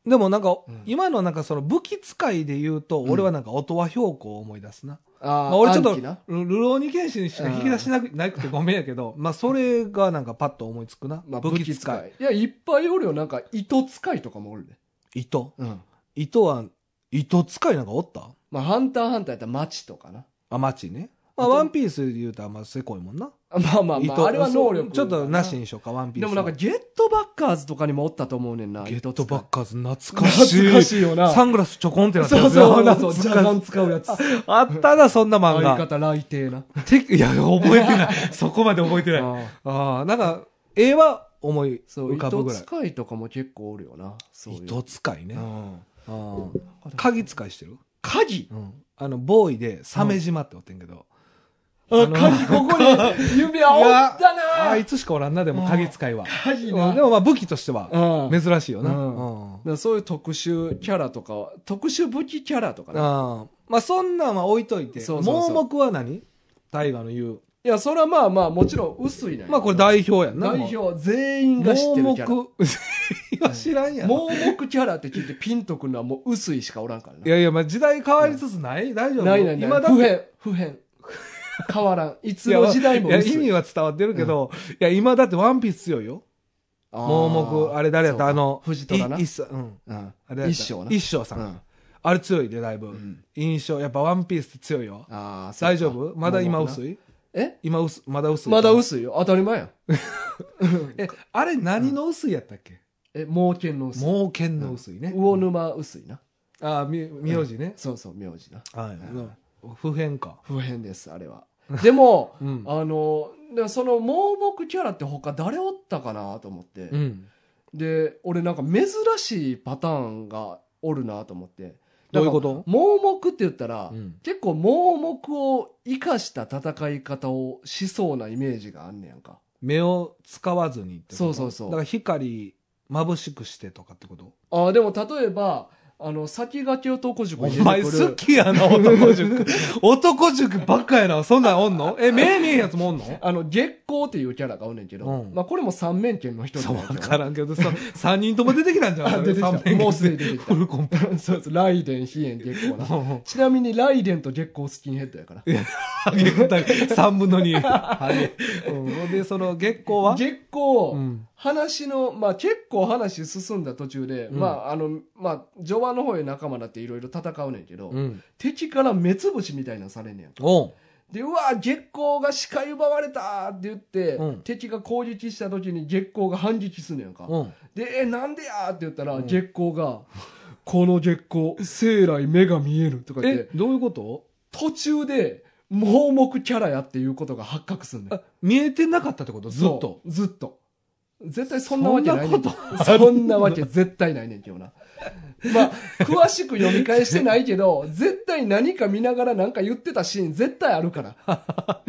S2: でもなんか
S1: うん、
S2: 今のなんかその武器使いで言うと、
S1: うん
S2: 俺はなんか音羽標高を思い出すな。
S1: あ
S2: ま
S1: ー
S2: あ、俺ちょっ
S1: 暗
S2: と
S1: 記な、
S2: ルルローニケンシンしか引き出しなくなくてごめんやけど、まあそれがなんかパッと思いつくな。
S1: まあ、
S2: 武
S1: 武
S2: 器
S1: 器
S2: 使
S1: 使い。いや、いっぱいおるよ。なんか、糸使いとかもおるね。
S2: い。糸。
S1: うん。
S2: 糸は、糸使いなんかおった
S1: まあ、ハンターハンターやったら街とかな。
S2: あ、マチね。まあ
S1: あと
S2: ワンピースで言うとあんませこいもんな。
S1: あまあまあまあ、あれは能力。
S2: ちょっとなしにしようか、ワンピース
S1: で
S2: は。
S1: もなんか、ゲットバッカーズとかにもおったと思うねんな。
S2: ゲットバッ
S1: カ
S2: カーズ懐
S1: 懐
S2: かしい。
S1: かしいよな。
S2: サングラスちょこんってなって
S1: そうそうそう、
S2: 懐
S1: ジャガ
S2: かし
S1: ン
S2: い
S1: 使うやつ。
S2: あったな、そんな漫
S1: 相
S2: 画。
S1: 方来艇な。
S2: ていや、覚えてない。 そこまで覚えてない。ああー、なんか、絵は思い
S1: そう、
S2: 浮かぶ
S1: 糸
S2: ぐらい。
S1: 使いとかも結構おるよな。そういう
S2: 糸使いうね。
S1: ん。
S2: あー
S1: か
S2: 鍵使いしてる
S1: 鍵
S2: あの、ボーイで、サメ島っておってんけど。
S1: あ、
S2: の
S1: 鍵ここに指あおった
S2: ああ、い
S1: な
S2: つしかおらんな、でも鍵使いは。
S1: 鍵
S2: う
S1: な。
S2: んでもまあ武器として
S1: う
S2: は、
S1: んだか
S2: 珍しいよな。
S1: うん
S2: うん
S1: らそういう特殊キャラとかは、特殊武器キャラとかな。
S2: あーまあそんなんは置いといて、
S1: そうそうそう
S2: 盲目は何大河の言う。
S1: いや、それはまあまあ、もちろん薄いな。
S2: まあこれ代表やんな。
S1: 代
S2: も
S1: 表全員
S2: う
S1: が知ってる
S2: 盲
S1: キャラ。
S2: 目。 今知らんやろ。
S1: 盲目キャラって聞いてピンとくるのはもう薄いしかおらんから
S2: い
S1: な。
S2: やいや、まあ時代変わりつつない大丈夫
S1: ないないない。
S2: 今だっ
S1: 不
S2: て
S1: 変、不変。変わ らん。いつの時代も
S2: いや
S1: 薄
S2: 意
S1: い。
S2: 味は伝わってるけど、いや、今だってワンピース強いよ。
S1: あー
S2: 盲目、あれ誰やったあ、の、
S1: 藤戸だない
S2: いっさうん。
S1: うん
S2: あれやった
S1: 一生な。
S2: 一生さん。
S1: うん
S2: あれ強いで、だいぶ。
S1: ん
S2: 印象。やっぱワンピースって強いよ。
S1: あーそうか
S2: 大丈夫まだ今薄い
S1: え
S2: 今薄、まだ薄い。
S1: まだ薄いよ。当たり前やん。
S2: え、あれ何の薄いやったっけ
S1: え、猛犬の薄い。
S2: 猛犬の薄いね。
S1: 魚沼薄いな。
S2: ああ、み、名字ね。
S1: そうそう、名字な。
S2: はい。普遍か。
S1: 不変です、あれは。でも、
S2: うん
S1: あの、でその盲目キャラって他誰おったかなと思って。
S2: うん。
S1: で、俺なんか珍しいパターンがおるなと思って。
S2: どういうこと
S1: 盲目って言ったら、
S2: うん
S1: 結構盲目を生かした戦い方をしそうなイメージがあんねやんか。
S2: 目を使わずにってこと
S1: そうそうそう
S2: だから光、眩しくしてとかってこと
S1: あーでも例えば、あの、先駆け男塾
S2: お
S1: に出てくる。
S2: 前好きやな、男塾。男塾ばっかやな。そんなんおんのえ、目見えんやつもおんの
S1: あの、月光っていうキャラがおんねんけど、
S2: うん
S1: まあこれも三面剣の一人
S2: そう、
S1: な
S2: わ
S1: んやけど
S2: からんけど、そ3人とも出てきたんじゃん。
S1: あ出てきた
S2: 三面
S1: もうすでに出てきた
S2: フルコンプ。
S1: そうそう、ライデン、ヒエン、月光 な。
S2: ハ
S1: ちなみにライデンと月光スキンヘッドやから。
S2: ゲくた3分の2。ハゲ。うんほんで、その月光は
S1: 月光、
S2: うん
S1: 話の、まあ結構話進んだ途中で、
S2: うん
S1: まああの、まあ序盤の方へ仲間だっていろいろ戦うねんけど、
S2: うん。
S1: 敵から目つぶしみたいなのされんねやん。
S2: おう
S1: で、うわ月光が視界奪われたって言って、
S2: うん
S1: 敵が攻撃した時に月光が反撃すんねやんか。
S2: うん。
S1: で、え、なんでやって言ったら、
S2: うん
S1: 月光が、この月光、生来目が見えるとか言っ
S2: え
S1: て、、
S2: どういうこと
S1: 途中で、盲目キャラやっていうことが発覚すんねん。
S2: あ見えてなかったってことずっと
S1: そ。う。ずっと。絶対そんなわけないねんけど
S2: そ
S1: そんなわけ絶対ないねんけどな。まあ、詳しく読み返してないけど、絶対何か見ながら何か言ってたシーン絶対あるから。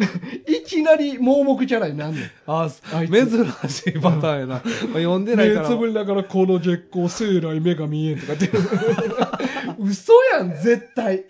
S1: いきなり盲目キャラになんねん。
S2: あ、
S1: あいつ
S2: 珍しいパタ ーンやな。まあ読んでないから。
S1: りながらこの月光、生来目が見えんとかって。嘘やん、絶対。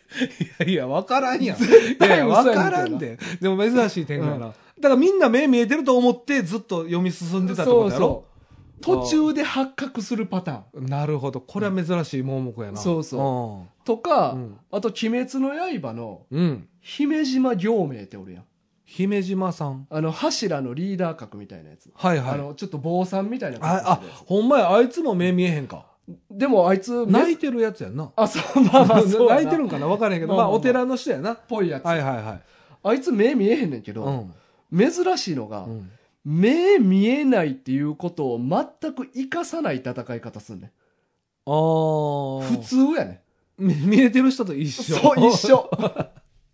S2: いや、わからんやん。い
S1: 対
S2: やいや、わ
S1: 嘘やねんけどな
S2: からんで。でも珍しい展開やな。だからみんな目見えてると思ってずっと読み進んでたってことやろ
S1: う途中で発覚するパターン
S2: なるほど。これは珍しい盲目やな。
S1: そう
S2: そ
S1: と
S2: う
S1: か、
S2: ん。
S1: あと「鬼滅の刃」の
S2: うん。うん。
S1: 姫島行明っておるやん
S2: 姫島さん。
S1: あの柱のリーダー格みたいなやつ、
S2: はいは
S1: あ
S2: い。
S1: のちょっと坊さんみたいな
S2: あ、
S1: 格
S2: あ
S1: 好してるや、
S2: ほんまや、あいつも目見えへんか。
S1: つでもあいつめ
S2: 泣いてるやつやんな。
S1: あそう まあまあそうやな
S2: 泣いてるんかな分からへんけど、ま
S1: ま
S2: あ、
S1: あまあ
S2: お寺の人やな。
S1: ぽいやつ、
S2: はいはいはい。
S1: あいつ目見えへんねんけど、
S2: うん。
S1: 珍しいのが、
S2: うん
S1: 目見えないっていうことを全く生かさない戦い方すんね
S2: あー
S1: ん普。通やね
S2: み 見えてる人と一
S1: ん
S2: 緒。
S1: そう一。 緒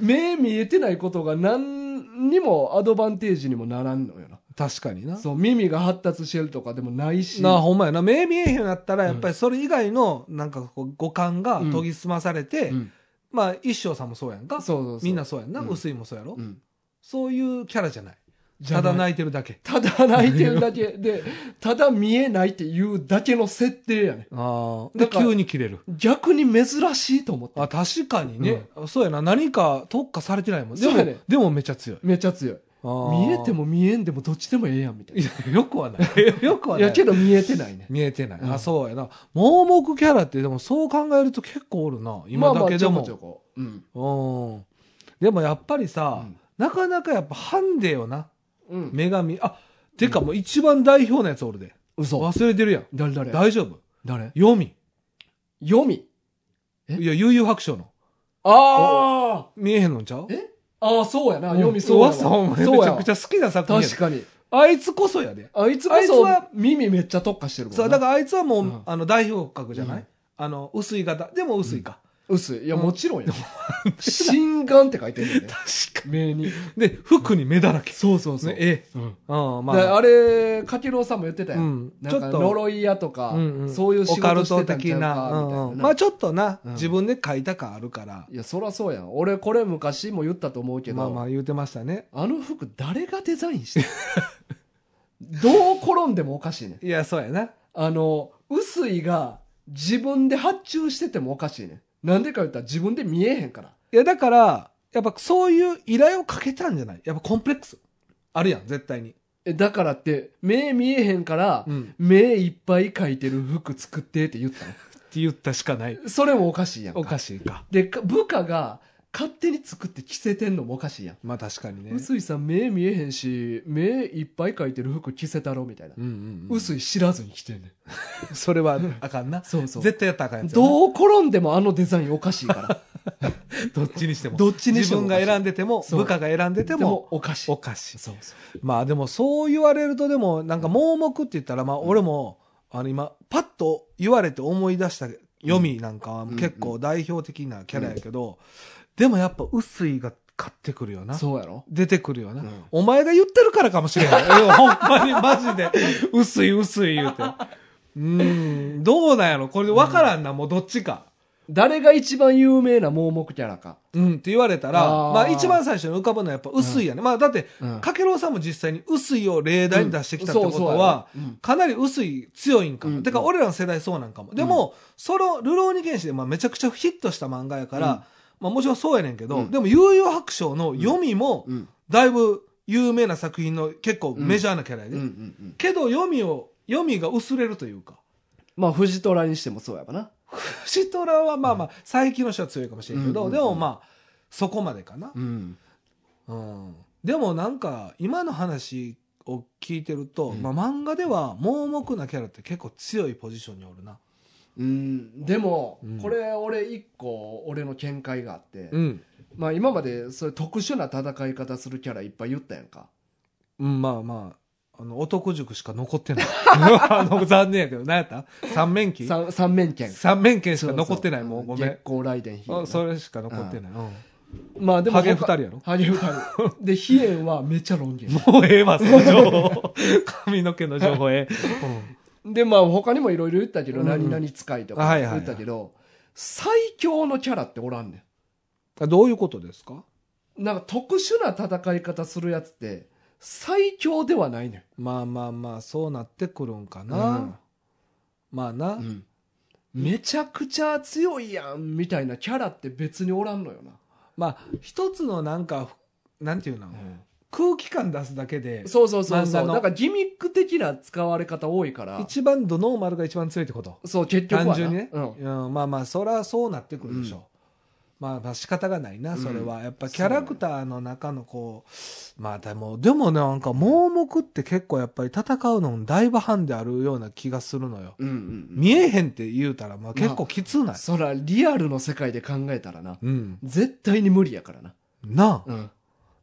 S1: 目見えてないことが何にもアドバンテージにもならんのよな
S2: 確かにな。
S1: そう耳が発達してるとかでもないし
S2: なあほんまやな。目見えへんようになったら、やっぱりそれ以外の、なんかこう、五感が研ぎ澄まされて、
S1: うん
S2: まあ、一生さんもそうやんか。
S1: そうそうそう
S2: みんな、そうやんな。
S1: うん
S2: 薄いもそうやろ、
S1: うん
S2: そういうキャラじゃない。
S1: じ
S2: た
S1: ゃない
S2: だ泣いてるだけ。
S1: ただ泣いてるだ けでただ見えないっていうだけの設定やね
S2: ああ。
S1: な
S2: で、
S1: んか
S2: 急に切れる。
S1: ん逆に珍しいと思って
S2: あ、確かにね、そうやな。何か特化されてないもん。で
S1: そう
S2: も、
S1: やね
S2: でもめっちゃ強い。
S1: めっちゃ強い見えても見えんでもどっちでもええやんみたい
S2: い
S1: な
S2: やよくはない。 よくはいない。
S1: やけど見えてないね
S2: 見えてない。
S1: う
S2: あ、
S1: ん
S2: そうやな。盲目キャラって、でもそう考えると結構おるな。今だけで
S1: まあまあちょこ
S2: も。
S1: ちょこうん
S2: うん。でもやっぱりさ、
S1: うん
S2: なかなかやっぱハンデよな。
S1: うん
S2: 女神。あ、てかもう一番代表のやつおるで。
S1: 嘘
S2: 忘れてるやん。
S1: 誰誰
S2: 大丈夫。
S1: 誰
S2: 読み。
S1: 読みえ
S2: いや、悠々白書の。
S1: あ
S2: 見えへんのんちゃう
S1: えあああそうやな読み
S2: そ
S1: そうう
S2: わ
S1: や
S2: さ、お
S1: わ
S2: 前め
S1: そう
S2: ち
S1: や
S2: ゃ
S1: わ
S2: くちゃ好きな作品や
S1: 確かに
S2: あいつこそやで。
S1: あいつこ
S2: あいつ
S1: そ
S2: は
S1: 耳めっちゃ特化してるもんな
S2: そう、だからあいつはもう、
S1: うん
S2: あの、代表格じゃない、
S1: うん
S2: あの、薄い型。でも薄いか。
S1: 薄いいや
S2: うん
S1: もちろ んや心眼って書いてるよね
S2: 確か
S1: 目に
S2: に。で、服に目だらけ。
S1: そうそう
S2: ね、ええ。
S1: うん
S2: うん、ま
S1: だから
S2: あ。
S1: あれかけろうさんも言ってた
S2: う
S1: よ
S2: ん、
S1: な
S2: ちょ
S1: ん
S2: っ
S1: か
S2: と、
S1: 呪い屋とか、
S2: うんうん
S1: そういう
S2: オ
S1: 仕
S2: カ
S1: 事
S2: ル
S1: して
S2: ト
S1: たんち
S2: 的
S1: ゃう
S2: な、
S1: か
S2: う
S1: みたい
S2: ん
S1: な
S2: う、
S1: なんん
S2: まあ
S1: か
S2: ちょっとな、
S1: うん
S2: 自分で書いた感あるから、
S1: いやそらそうやん俺これ昔も言ったと思うけど、
S2: まあまあ言うてましたね。
S1: あの服誰がデザインしてる どう転んでもおかしいねん
S2: いや、そうやな。
S1: あの臼井が自分で発注しててもおかしいねんなんでか言ったら自分で見えへんから
S2: いや、だから、やっぱそういう依頼をかけたんじゃないやっぱコンプレックス。あるやん、絶対に。
S1: えだからって目見えへんから、
S2: うん。
S1: 目いっぱい描いてる服作ってって言った
S2: って言ったしかない。
S1: のそれもおかしいやんか
S2: おかしいか。
S1: でか部下が勝手に作って着せてんのもおかしいやん
S2: まあ確かにね。
S1: 臼井さん目見えへんし目いっぱい描いてる服着せたろみたいな
S2: うんうん、うん。
S1: 臼井知らずに着てんねん
S2: それはあかんな。
S1: そうそう
S2: 絶対やったらあかんやつやな。
S1: どう転んでもあのデザインおかしいから
S2: どっちにしても。
S1: どっちにして
S2: 自
S1: も
S2: 分が選んでても、
S1: そう
S2: 部下が選んでて
S1: で
S2: も、
S1: もおかしい
S2: おかしい。
S1: そうそう
S2: まあでもそう言われるとでも、なんか盲目って言ったら、まあ俺も、あの今、パッと言われて思い出した読みなんかは結構代表的なキャラやけど、でもやっぱ薄いが勝ってくるよな。
S1: そうやろ
S2: 出てくるよな、
S1: うん
S2: お前が言ってるからかもし れない。いやほんまにマジで、薄い薄い言うて。うん、どうなんやろこれ分からんな、もうどっちか。
S1: 誰が一番有名な盲目キャラか
S2: うんって言われたら、
S1: あー
S2: まあ一番最初に浮かぶのはやっぱ薄いやね。まあだって、
S1: うん
S2: かけろうさんも実際に薄いを例題に出してきたって
S1: う
S2: こ
S1: ん
S2: とは、
S1: そうそうやろうん
S2: かなり薄い強いんかな。
S1: うん
S2: てか俺らの世代そうなんかも。でも、その、ルローニ原始でまあめちゃくちゃヒットした漫画やから、
S1: うん
S2: まあもちろんそうやねんけど、
S1: うん
S2: でも悠々白書の読みも、
S1: うん
S2: だいぶ有名な作品の結構メジャーなキャラや
S1: うん
S2: で。
S1: うんうん
S2: けど読みを、読みが薄れるというか。
S1: まあ藤虎にしてもそうやばな
S2: シトラはまあまあ、最近の人は強いかもしれんけど、
S1: うんうんうん
S2: でもまあ、そこまでかな。
S1: うん
S2: うん、でもなんか今の話を聞いてると、
S1: うん
S2: まあ、漫画では盲目なキャラって結構強いポジションにおるな、
S1: うんでも
S2: うん
S1: これ俺一個俺の見解があって
S2: ん
S1: まあ今までそういう特殊な戦い方するキャラいっぱい言ったやんか
S2: うん、まあまああの男塾しか残って ないあの残念やけど何やった三面旗
S1: 三三面剣
S2: 三面剣しか残ってないもうごめん
S1: 月光雷電飛
S2: あそれしか残ってない、うん
S1: まあでも
S2: ハゲ二
S1: 他
S2: 人やろ
S1: ハゲ二人で飛燕はめっちゃロン毛
S2: もうええわその情報 髪の毛の情報ええ、
S1: でまあ他にもいろいろ言ったけど、
S2: うん
S1: 何々使いと
S2: は
S1: か
S2: いはいは
S1: 言
S2: い
S1: ったけど、最強のキャラっておらんね
S2: うんどういうことですか
S1: んなんか特殊な戦い方するやつって最強ではないね
S2: まあまあまあそうなってくるんか
S1: ん
S2: な、まあな、
S1: うんうんめちゃくちゃ強いやんみたいなキャラって別におらんのよな、
S2: まあ、一つのなんか、ふなんていうの、空気感出すだけで、
S1: そうそうそう
S2: 漫
S1: そ
S2: 画
S1: う。
S2: の
S1: なんかギミック的な使われ方多いから。
S2: 一番ドノーマルが一番強いってこと。
S1: そう、結局は
S2: 単
S1: な。
S2: 純にね。
S1: うん。
S2: うんまあまあ、そらそうなってくるでしょう。まあまあ仕方がないな、それは。やっぱキャラクターの中のこう、まあでも、でもね、なんか盲目って結構やっぱり戦うのもだいぶ半であるような気がするのよ。
S1: うんうん
S2: 見えへんって言うたら、まあ結構きつな
S1: う
S2: い
S1: ん。。そら、リアルの世界で考えたらな。
S2: うん。
S1: 絶対に無理やからな。
S2: なあ。
S1: うん。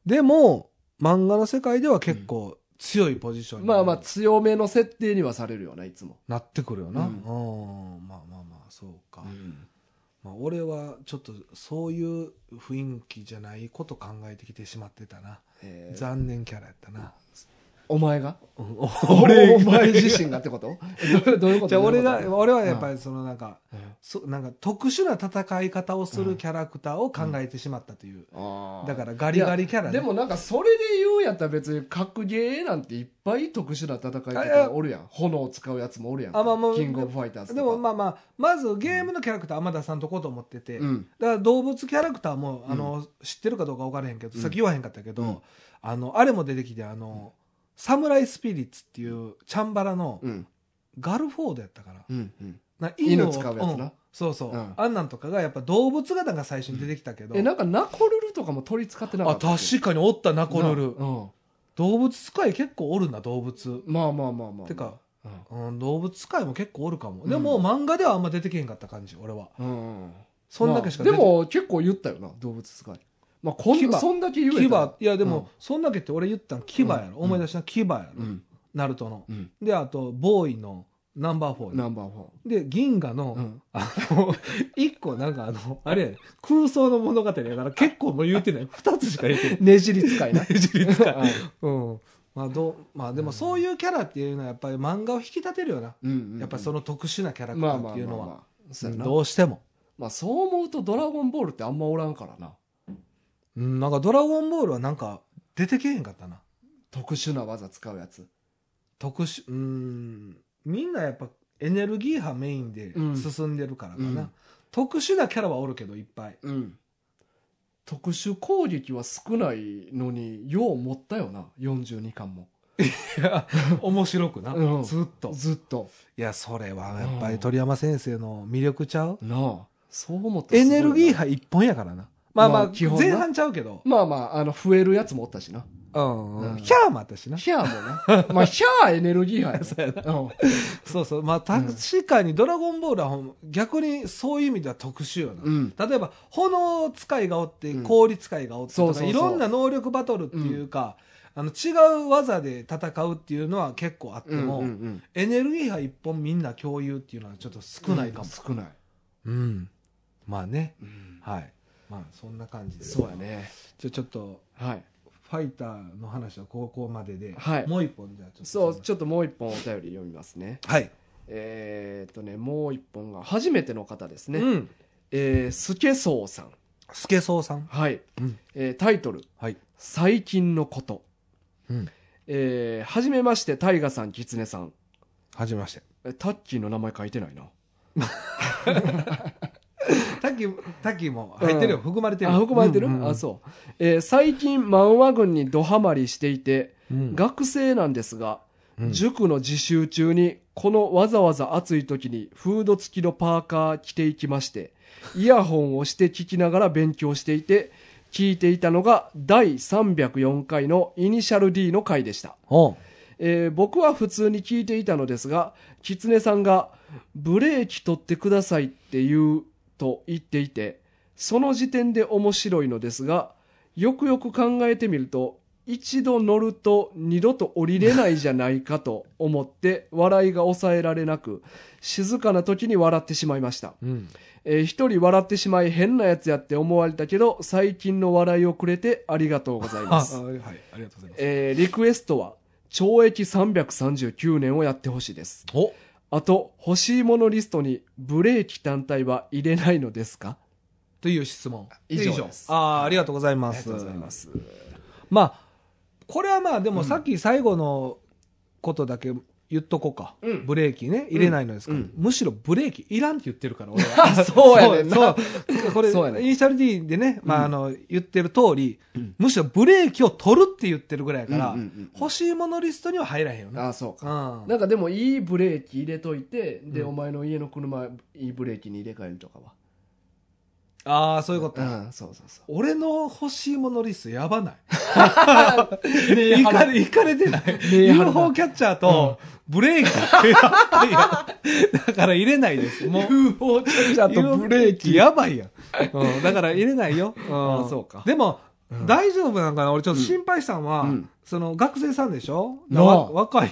S2: でも、漫画の世界では結構強いポジションに
S1: まあまあ、強めの設定にはされるよな、いつも。
S2: なってくるよな。う
S1: うんん。
S2: まあまあまあ、そうか。まあ、俺はちょっとそういう雰囲気じゃないこと考えてきてしまってたな、
S1: えー
S2: 残念キャラやったな、
S1: お前が
S2: うん
S1: 俺、お
S2: お
S1: 前
S2: 前
S1: 自身がってこと どうどういうこと
S2: じゃあ俺が
S1: どういうこ
S2: 俺はやっぱりそのなんか、
S1: とうん
S2: そなんか特殊な戦い方をするキャラクターを考えてしまったという、
S1: あー
S2: だからガリガリキャラ、ね、
S1: でもなんかそれで言うんやったら別に格ゲーなんていっぱい特殊な戦い
S2: あいや
S1: 方おるやん炎を使うやつもおるやん
S2: あまあまあ
S1: キングオブファイターズとか
S2: でもまあまあまずゲームのキャラクター天田さんとこうと思ってて、
S1: うん
S2: だから動物キャラクターも、
S1: うん
S2: あの知ってるかどうか分からへんけど、
S1: うん
S2: さっき言わへんかったけど、
S1: うん
S2: あのあれも出てきてあの、サムライスピリッツっていうチャンバラの
S1: うん
S2: ガルフォードやったから、
S1: うんうん
S2: な
S1: 犬使うやつな
S2: うんそうそう、
S1: うん
S2: あんなんとかがやっぱ動物がなんか最初に出てきたけど、
S1: えなんかナコルルとかも鳥使ってなか
S2: あ
S1: ったっけ
S2: 確かにおったなこのル、
S1: なうん
S2: 動物使い結構おるな動物、
S1: まあまあまあまあまあ
S2: てか、
S1: うん
S2: うん、動物使いも結構おるかも、
S1: うん
S2: でも漫画ではあんま出てけへんかった感じ俺は
S1: うんうん
S2: そんだけしか
S1: ま
S2: 出
S1: あ
S2: て
S1: でも結構言ったよな動物使いまあこ
S2: 牙
S1: んそんだけ言えた
S2: 牙
S1: ら
S2: いやでも、
S1: うん
S2: そんだけって俺言ったん牙やろ、
S1: うん
S2: 思い出した牙やろ、
S1: うん
S2: ナルトの
S1: うん
S2: であとボーイのナンバーフォーね
S1: ナンバーフォ
S2: で銀河の、
S1: ーうん
S2: あの一個なんかあのあれ空想の物語やから結構もう言うてない二つしか言ってない
S1: ねじり使いな
S2: ねじり使い
S1: うん
S2: うんまあどうまあでもそういうキャラっていうのはやっぱり漫画を引き立てるよな、
S1: うんうんうん
S2: やっぱその特殊なキャラクタ
S1: まあ
S2: ー
S1: ま
S2: っ
S1: あ
S2: ていう
S1: まあ
S2: のは、
S1: まあそうやな
S2: どうしても、
S1: まあそう思うと「ドラゴンボール」ってあんまおらんからな
S2: うん、なんか「ドラゴンボール」はなんか出てけへんかったな
S1: 特殊な技使うやつ
S2: 特殊うんみんなやっぱエネルギー派メインで
S1: うん
S2: 進んでるからかな、
S1: うん
S2: 特殊なキャラはおるけどいっぱい
S1: うん特殊攻撃は少ないのによう持ったよな42巻も
S2: 面白くな、
S1: うん
S2: ずっと
S1: ずっと
S2: いやそれはやっぱり鳥山先生の魅力ちゃう、
S1: なあそう思ったら
S2: エ
S1: すごい
S2: ネ
S1: な
S2: ルギー派一本やからなまあまあ、
S1: まあ基本な
S2: 前半ちゃうけど、
S1: まあまああの増えるやつもおったしな
S2: うん
S1: うん
S2: キャーもあったしな
S1: ヒャーもな まあヒャーエネルギー派やなうん
S2: そうそう。まあ、確かにドラゴンボールはほん逆にそういう意味では特殊よな。
S1: うん
S2: 例えば、炎使いがおって、
S1: うん
S2: 氷使いがおってと
S1: そう
S2: か、
S1: そうそう
S2: いろんな能力バトルっていうか、あの、違う技で戦うっていうのは結構あっても、
S1: うんうん
S2: エネルギー派一本みんな共有っていうのはちょっと少ないかも。
S1: 少ない
S2: うん。まあね。
S1: うん
S2: はい。まあ、そんな感じです。
S1: そうや。ね
S2: じゃあちょっと、
S1: はい
S2: ファイターの話はここまでで、
S1: はい
S2: もう一本じゃあちょっと。
S1: そうちょっともう一本お便り読みますね
S2: はい。
S1: えーっとねもう一本が初めての方ですね
S2: うん。
S1: えー、スケソウさん。
S2: スケソウさん。
S1: はい。
S2: うん
S1: えータイトル、
S2: はい。
S1: 最近のこと。
S2: うん。
S1: えー、はじめまして、タイガさん、キツネさん。
S2: はじめまして。
S1: えタッキーの名前書いてないな。
S2: タキ、タキも入ってるよ。
S1: うん
S2: 含まれてるよ。
S1: あ、含まれてる、
S2: うんうんうん
S1: あ、そう。えー最近、漫画軍にドハマりしていて、
S2: うん
S1: 学生なんですが、
S2: うん
S1: 塾の自習中に、このわざわざ暑い時にフード付きのパーカー着ていきまして、イヤホンをして聞きながら勉強していて、聞いていたのが第304回のイニシャル D の回でした。
S2: おう
S1: えー僕は普通に聞いていたのですが、キツネさんがブレーキ取ってくださいって言うと言っていて、その時点で面白いのですが、よくよく考えてみると、一度乗ると二度と降りれないじゃないかと思って笑いが抑えられなく、静かな時に笑ってしまいました。
S2: うん。
S1: えー一人笑ってしまい変なやつやって思われたけど、最近の笑いをくれてありがとうござい
S2: あ、は
S1: ま
S2: い
S1: す。。
S2: ありがとうございます。
S1: えーリクエストは、懲役339年をやってほしいです。
S2: お
S1: あと、欲しいものリストにブレーキ単体は入れないのですか
S2: という質問。
S1: 以上です
S2: ああ、ありがとうござい
S1: あ
S2: ま
S1: りが
S2: す。
S1: とうございま。す。
S2: まあ、これはまあ、でもさっき最後のことだけ言っとこうか。
S1: うん
S2: ブレーキね、入れないのですか、
S1: うん
S2: むしろブレーキいらんって言って るから、俺は。
S1: あ、そうやねん
S2: そ
S1: な
S2: う。そうこれ、
S1: そうやね
S2: イニシャル D でね、まあ、あ
S1: うん
S2: の、言ってる通り、
S1: うん
S2: むしろブレーキを取るって言ってるぐらいやか
S1: う
S2: ら、
S1: んうんうん
S2: 欲しいものリストには入らへんよね。
S1: あ、そうか。
S2: うん。
S1: なんかでもいいブレーキ入れといて、で、
S2: うん
S1: お前の家の車、いいブレーキに入れ替えるとかは。
S2: ああ、そういうこと。
S1: うん、そうそうそう。
S2: 俺の欲しいものリストやばない。
S1: ね
S2: いかれ、いかれ てない。
S1: えはるな
S2: UFO キャッチャーとブレーキ。いやいや だから入れないです。もう。
S1: UFO チャージャーとブレーキ。
S2: やばいやん。うん、だから入れないよ。
S1: あ
S2: ん
S1: そうか
S2: でも、
S1: うん
S2: 大丈夫なんかな俺ちょっと心配したんは、
S1: うん
S2: その学生さんでしょ、
S1: なあ
S2: わ若い。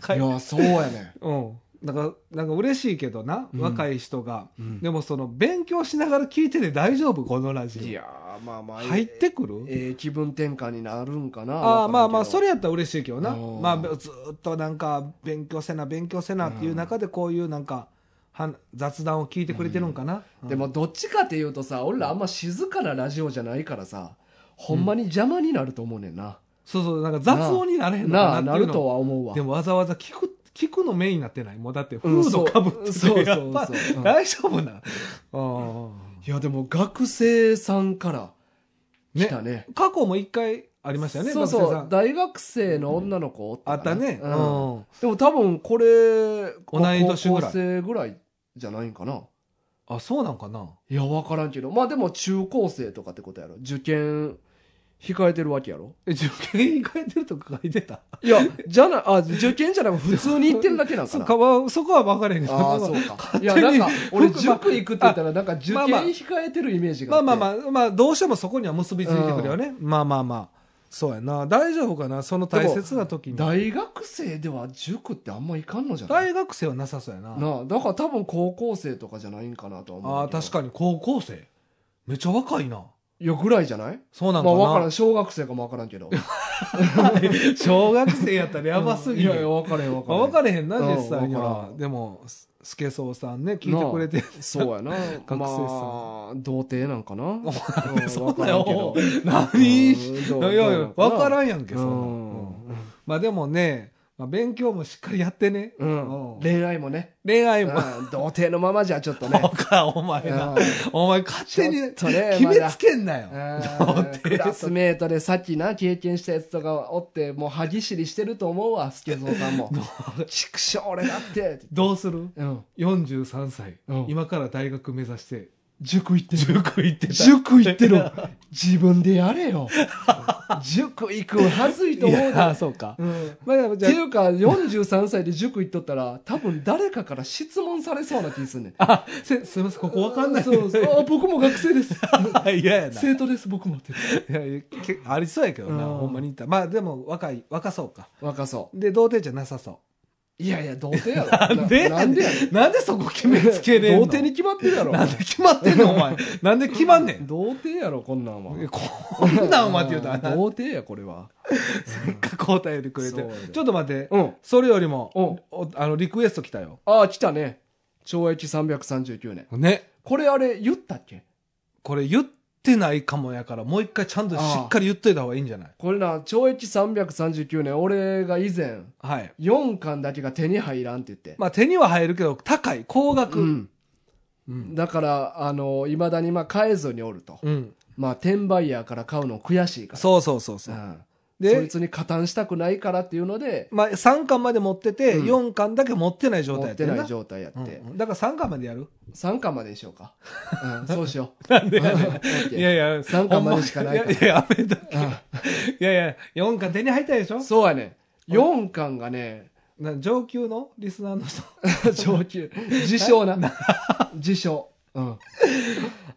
S2: 若い。
S1: や、そうやね。
S2: うん。だから、なんか嬉しいけどな、
S1: うん
S2: 若い人が。
S1: うん
S2: でもその、勉強しながら聞いてて大丈夫このラ
S1: い
S2: ジ
S1: やー、まあま
S2: オ。
S1: あ、
S2: 入ってくる
S1: えー気分転換になるんかな
S2: あ
S1: わからんけ
S2: あ
S1: ど
S2: まあまあそれやったら嬉しいけどな、
S1: うん
S2: まあ、ずーっとなんか勉強せな勉強せなっていう中でこういうなんかはん雑談を聞いてくれてるんかな、うん
S1: でもどっちかっていうとさ俺らあんま静かなラジオじゃないからさほんまに邪魔になると思うねんな、
S2: そうそうなんか雑音になれへんの
S1: なあ
S2: かなっ
S1: な
S2: てい
S1: る
S2: うの
S1: とは思うわ
S2: でもわざわざ聞く聞くのメインになってないもうだってフ
S1: うん
S2: ー
S1: そ
S2: ド
S1: う
S2: かぶってて
S1: そうそうそう
S2: やっぱ
S1: うん
S2: 大丈夫な、あ
S1: いやでも学生さんから
S2: ね
S1: 来たね
S2: あ過去も一回ありましたよね
S1: そうそ
S2: 学生さ
S1: うん大学生の女の子
S2: あったね、
S1: う
S2: うんん
S1: でも多分これ
S2: 同い年ぐらい
S1: 高校生ぐらいじゃないんかな
S2: あそうなんかない
S1: や分からんけどまあでも中高生とかってことやろ受験控えてるわけやろ
S2: え受験に変えてるとか書いてた
S1: いやじゃなあ受験じゃなく普通に行ってるだけなんか
S2: そ
S1: な
S2: かわそこは分かれへんけど
S1: ああ、そうか。いや、
S2: 手
S1: なん
S2: に
S1: か、俺、
S2: 服が
S1: 塾行くって言ったら、なんか、受験
S2: まあまあ
S1: 控えてるイメージが
S2: ま
S1: あ
S2: あ
S1: って。
S2: まあまあ、まあ、どうしてもそこには結びついてくるよね。まあまあまあ。そうやな。大丈夫かなその大切な時に。
S1: 大学生では塾ってあんま行かんのじゃない
S2: 大学生はなさそうやな。
S1: なあ、だから多分高校生とかじゃないんかなとは思う
S2: ああ、
S1: けど。
S2: 確かに高校生。めっちゃ若いな。
S1: に。いや、ぐらいじゃない
S2: そう
S1: ま
S2: な
S1: あ、
S2: んかな。
S1: わからん。小学生かもわからんけど。
S2: 小学生やったらやばすぎ
S1: い
S2: る。
S1: やいや、わからへんわからへ
S2: まあ
S1: ん。
S2: わからへんな、
S1: うん
S2: 実際に
S1: わから
S2: は
S1: ん。
S2: でも、すスケソウさんね、聞いてくれて。
S1: そう やな。
S2: 生さん
S1: まあ、童貞なんかな。うん
S2: そ
S1: わ
S2: う
S1: か
S2: だ
S1: らんけど
S2: よ。何い
S1: うんどう
S2: やいや、わから
S1: ん
S2: んやんけ、
S1: け
S2: そ
S1: ど
S2: んな
S1: な
S2: のうんまあでもね、まあ勉強もしっかりやってね。
S1: うん。う
S2: うんん
S1: 恋愛もね。
S2: 恋愛
S1: うん
S2: も。
S1: 童貞のままじゃちょっと ね
S2: そう。か、お前な。お前勝手に
S1: ちょっとね
S2: 決めつけんなよ。
S1: あークラスメートでさっきな経験したやつとかおってもう歯ぎしりしてると思うわスケゾーさん も「畜生俺だって」って
S2: どうする
S1: うん、
S2: ?43 歳、
S1: うん
S2: 今から大学目指して、
S1: 塾行ってる
S2: 塾行ってた。
S1: 塾行ってる自分でやれよ塾行くんはずいと
S2: い
S1: 思うで
S2: や、そうか。
S1: うん
S2: まあでも
S1: っ
S2: じ
S1: て
S2: ゃ
S1: いうか43歳で塾行っとったら多分誰かから質問されそうな気すんねん
S2: あ、あせすみません、ここわかんない。
S1: そうそうあ僕も学生です
S2: 嫌やな。い
S1: 生徒です僕もって
S2: やいやけありそうやけどな、
S1: うん
S2: ほんまに言ったらまあでも若い、若そうか。
S1: 若そ
S2: で、童貞じゃなさそう
S1: いやいや童貞やろ
S2: う。なんで
S1: ななんでやねん
S2: なんでそこ決めつけねえ
S1: 童
S2: の
S1: 貞に決まってるやろ
S2: なんで決まってんのお前。なんで決まんね ん。
S1: 童貞やろこんなんは
S2: こんなんお前って言うたらな、
S1: 童貞やこれは
S2: せっかくお便りくれ
S1: そ
S2: て
S1: うだよ。
S2: ちょっと待って。
S1: うん
S2: それよりも、
S1: うん
S2: おあの、リクエスト来たよ。
S1: ああ来たね懲役339年
S2: ね。
S1: これあれ言ったっけ
S2: これ言ってないかもやから、もう一回ちゃんとしっかり言っといた方がいいんじゃない
S1: これな懲役339年俺が以前
S2: はい。
S1: 4巻だけが手に入らんって言って、
S2: まあ、手には入るけど、高い、高額。
S1: うん
S2: うん。
S1: だからあのいまだにまあ買えずにおると、
S2: うん。
S1: まあ転売ヤーから買うの悔しいから
S2: そうそうそうそうう。
S1: んそい
S2: で、
S1: つに加担したくないからっていうので
S2: まあ、3巻まで持ってて、
S1: うん
S2: 4巻だけ持ってない状態
S1: 持
S2: や
S1: っ
S2: って
S1: てな
S2: ん
S1: い
S2: な。
S1: 状態やって、
S2: うんだから3巻までやる
S1: 3巻までにしよう か、うん、そうしよう
S2: なんでやねん
S1: オッケー
S2: いやいや、
S1: 三巻までしかないから
S2: ほんまいや、やめとけ
S1: うん
S2: いやいや、4巻手に入ったでしょ
S1: そうやね。4巻が ね、
S2: な上級のリスナーの人。
S1: 上 級。自称な。自称。うん。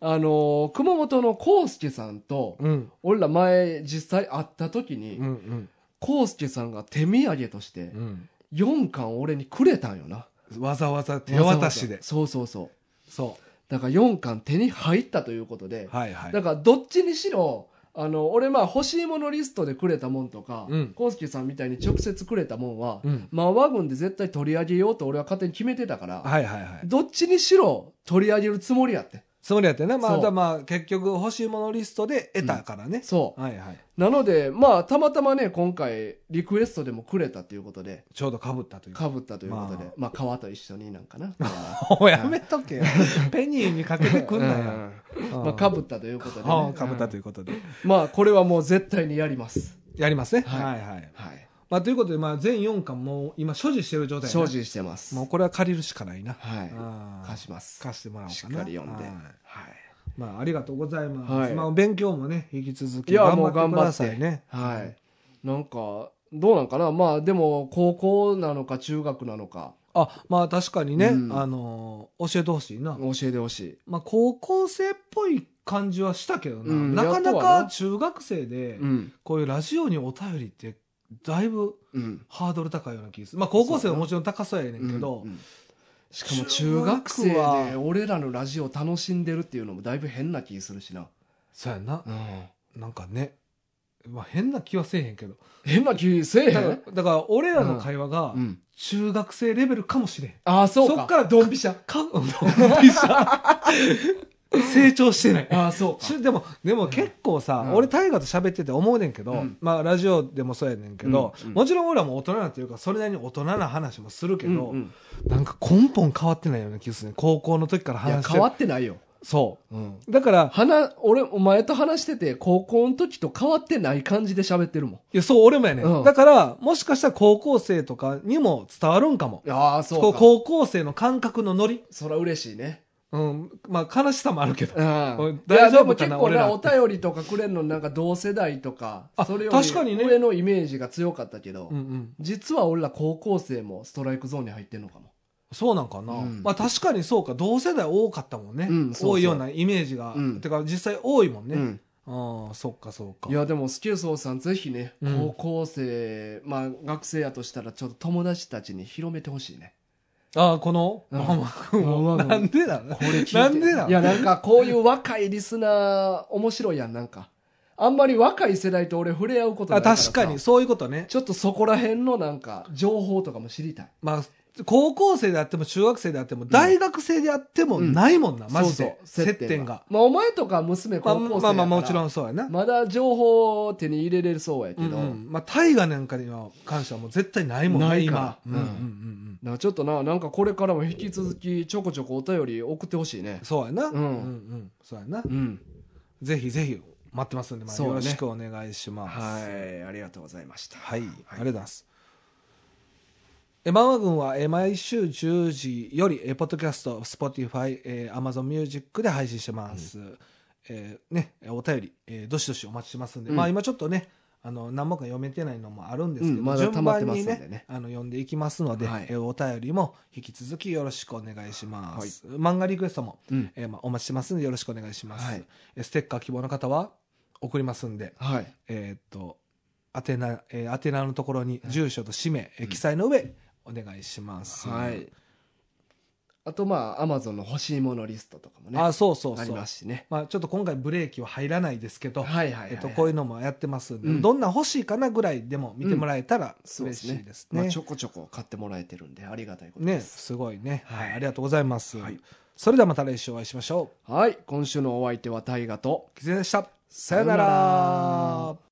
S1: あのー熊本の康介さんと、
S2: うん。
S1: 俺ら前実際会った時に、
S2: うんうん。
S1: 康介さんが手土産として
S2: うん。
S1: 4巻を俺にくれたんよな。
S2: わざわざ手渡しで
S1: わざわざ。そうそうそう。
S2: そ
S1: だから4巻手に入ったということで
S2: う。、はいはい
S1: だ。からどっちにしろ、あの、俺まあ欲しいものリストでくれたもんとか、
S2: うん
S1: 康介さんみたいに直接くれたもんは、
S2: うん。
S1: まあ、ワゴンで絶対取り上げようと俺は勝手に決めてたから、
S2: はいはいはい。
S1: どっちにしろ取り上げるつもりやって。
S2: つもりやってね。まあ、
S1: そう
S2: だからまあ、結局欲しいものリストで得たからね。
S1: そ
S2: はいは
S1: う。
S2: い。
S1: なので、まあ、たまたまね、今回、リクエストでもくれたということで、
S2: ちょうど被ったというか。
S1: かぶったということで、
S2: まあ
S1: まあ、川と一緒になん かな。
S2: おやめとけよ。ペニーにかけてくんな
S1: う
S2: よ。
S1: んまあ、かぶったということで、
S2: はあ
S1: ね。
S2: かぶったと
S1: い
S2: いうことで。
S1: うん。まあ、これはもう絶対にやります。
S2: やりますね。
S1: はい
S2: はいはい。
S1: はい。
S2: まあ、ということで、まあ、全4巻もう今所持してる状態やな
S1: 精進してます。
S2: もうこれは借りるしかないな。
S1: はい。
S2: あー
S1: 貸します。
S2: 貸してもらおうかな。
S1: しっかり読んで。
S2: はい
S1: はい
S2: まあ、ありがとうございます。
S1: はい
S2: まあ、勉強もね、引き続き
S1: いや、
S2: 頑
S1: もう
S2: 張って
S1: 頑
S2: く
S1: 張
S2: だ
S1: って。
S2: さいね。
S1: はい。なんか、どうなんかなまあ、でも、高校なのか中学なのか、
S2: あ、まあ、確かにね、
S1: うん
S2: あのー教えてほしいな。
S1: 教えてほしい。
S2: まあ、高校生っぽい感じはしたけどな。
S1: うん
S2: なかな
S1: やっとは
S2: か
S1: な
S2: 中学生で、
S1: うん。
S2: こういうラジオにお便りって、だいぶ
S1: うん。
S2: ハードル高いような気がする。まあ、高校生はもちろん高そうやねんけど、
S1: うんうんしかも中学生
S2: 中学
S1: で
S2: は
S1: 俺らのラジオ楽しんでるっていうのもだいぶ変な気するしな。
S2: そうやな。
S1: うん
S2: なんかね、まあ、変な気はせえへんけど。
S1: 変な気せえへ
S2: だから
S1: ん、
S2: だから俺らの会話が、
S1: うん、
S2: 中学生レベルかもしれん。
S1: ああ、そうか。
S2: そっからドンピシャ。か、ドンピシャ。 成長してない。
S1: ああ、そうか。
S2: ちでも、でも結構さ、
S1: うん
S2: 俺大河と喋ってて思うねんけど、
S1: うん
S2: まあラジオでもそうやねんけど、
S1: うんうん
S2: もちろん俺はもう大人なっていうか、それなりに大人な話もするけど、
S1: うんうん
S2: なんか根本変わってないような気がするね。高校の時から
S1: いや、
S2: 話してる。
S1: 変わってないよ。
S2: そ
S1: うん。
S2: う。だから、
S1: 話、俺、お前と話してて、高校の時と変わってない感じで喋ってるも
S2: いや、そう、俺もやねん。
S1: うん
S2: だから、もしかしたら高校生とかにも伝わるんかも。
S1: ん。ああ、そ
S2: こ
S1: う
S2: う
S1: か。
S2: 高校生の感覚のノリ。
S1: そら嬉しいね。
S2: うん。まあ、悲しさもあるけど。
S1: うん
S2: 大丈夫
S1: いや
S2: か
S1: でも結
S2: な俺
S1: 構なお便りとかくれんのなんか同世代とか
S2: あ
S1: それより
S2: 確かにね
S1: 上のイメージが強かったけど、
S2: うんうん。
S1: 実は俺ら高校生もストライクゾーンに入ってんのかも
S2: そうなんかな、
S1: うん
S2: まあ確かにそうか同世代多かったもんね、
S1: うんそうそう
S2: 多いようなイメージが、
S1: うん
S2: てか実際多いもんね、
S1: うん
S2: ああそっかそうか
S1: いやでもスケソウさんぜひね
S2: うん
S1: 高校生、まあ学生やとしたらちょっと友達たちに広めてほしいね
S2: ああこの
S1: うん
S2: ママ君
S1: マ
S2: も
S1: マ君
S2: なんでだろう
S1: これ聞いて
S2: なんでない
S1: やなんかこういう若いリスナー面白いやんなんかあんまり若い世代と俺触れ合うことな
S2: あ
S1: いから
S2: 確
S1: さ
S2: かにそういうことね
S1: ちょっとそこら辺のなんか情報とかも知りたい
S2: まあ高校生であっても中学生であっても大学生であっても
S1: うん
S2: ないもんな、マジ
S1: そう
S2: で
S1: そう
S2: 接点が。
S1: まあ、お前とか娘
S2: まあ
S1: 高校生やか
S2: ま
S1: ら
S2: あまあもちろんそうやな、
S1: まだ情報を手に入れれるそうやけ
S2: う
S1: ど、
S2: んうんまあ大河なんかには関してはもう絶対ないもんね
S1: ないから
S2: 今、
S1: うん
S2: うんうんうん
S1: なちょっとな、なんかこれからも引き続きちょこちょこお便り送ってほしいね
S2: うん。そうやな、
S1: うん
S2: うんうん、そうやな
S1: うん。
S2: ぜひぜひ待ってますんで、まあ、
S1: そうね
S2: よろしくお願いします。
S1: はい、ありがとうございました。
S2: はい、ありがとうございます。えマンマ軍はえ毎週10時よりえポッドキャスト、Spotify、えー Amazon Music で配信してます。えーね、お便り、えーどしどしお待ちしてますんで、
S1: うん
S2: まあ今ちょっとね、あの何本か読めてないのもあるんですけど、
S1: うんまだ溜まってますんでね
S2: 順番にあの読んでいきますので、
S1: はい
S2: えーお便りも引き続きよろしくお願いします。漫画リクエストも、
S1: うん。
S2: えーまあ、お待ちしてますんでよろしくお願いします、
S1: はい
S2: えーステッカー希望の方は送りますんで
S1: はい。
S2: えーっと宛名、えー宛名のところに住所と氏名、えー記載の上お願いします、
S1: はい。あと、まあ、アマゾンの欲しいものリストとかもね。
S2: あそうそう
S1: あり
S2: そう
S1: ますしね。
S2: まあ、ちょっと今回ブレーキは入らないですけど、
S1: はいはいはい、はい。
S2: えーっとこういうのもやってますんで、
S1: うん
S2: どんな欲しいかなぐらいでも見てもらえたら
S1: そうで
S2: 嬉
S1: す
S2: し
S1: ね
S2: いですね,、
S1: まあ、ちょこちょこ買ってもらえてるんで、ありがたいこと
S2: ね
S1: です。
S2: すごいね、
S1: は
S2: はいいありがとうございます、
S1: はい
S2: それではまた来週お会いしましょ
S1: はい。今週のお相手は大河と、
S2: うキツネでしたさ
S1: よ
S2: よ
S1: な
S2: な
S1: ら
S2: ら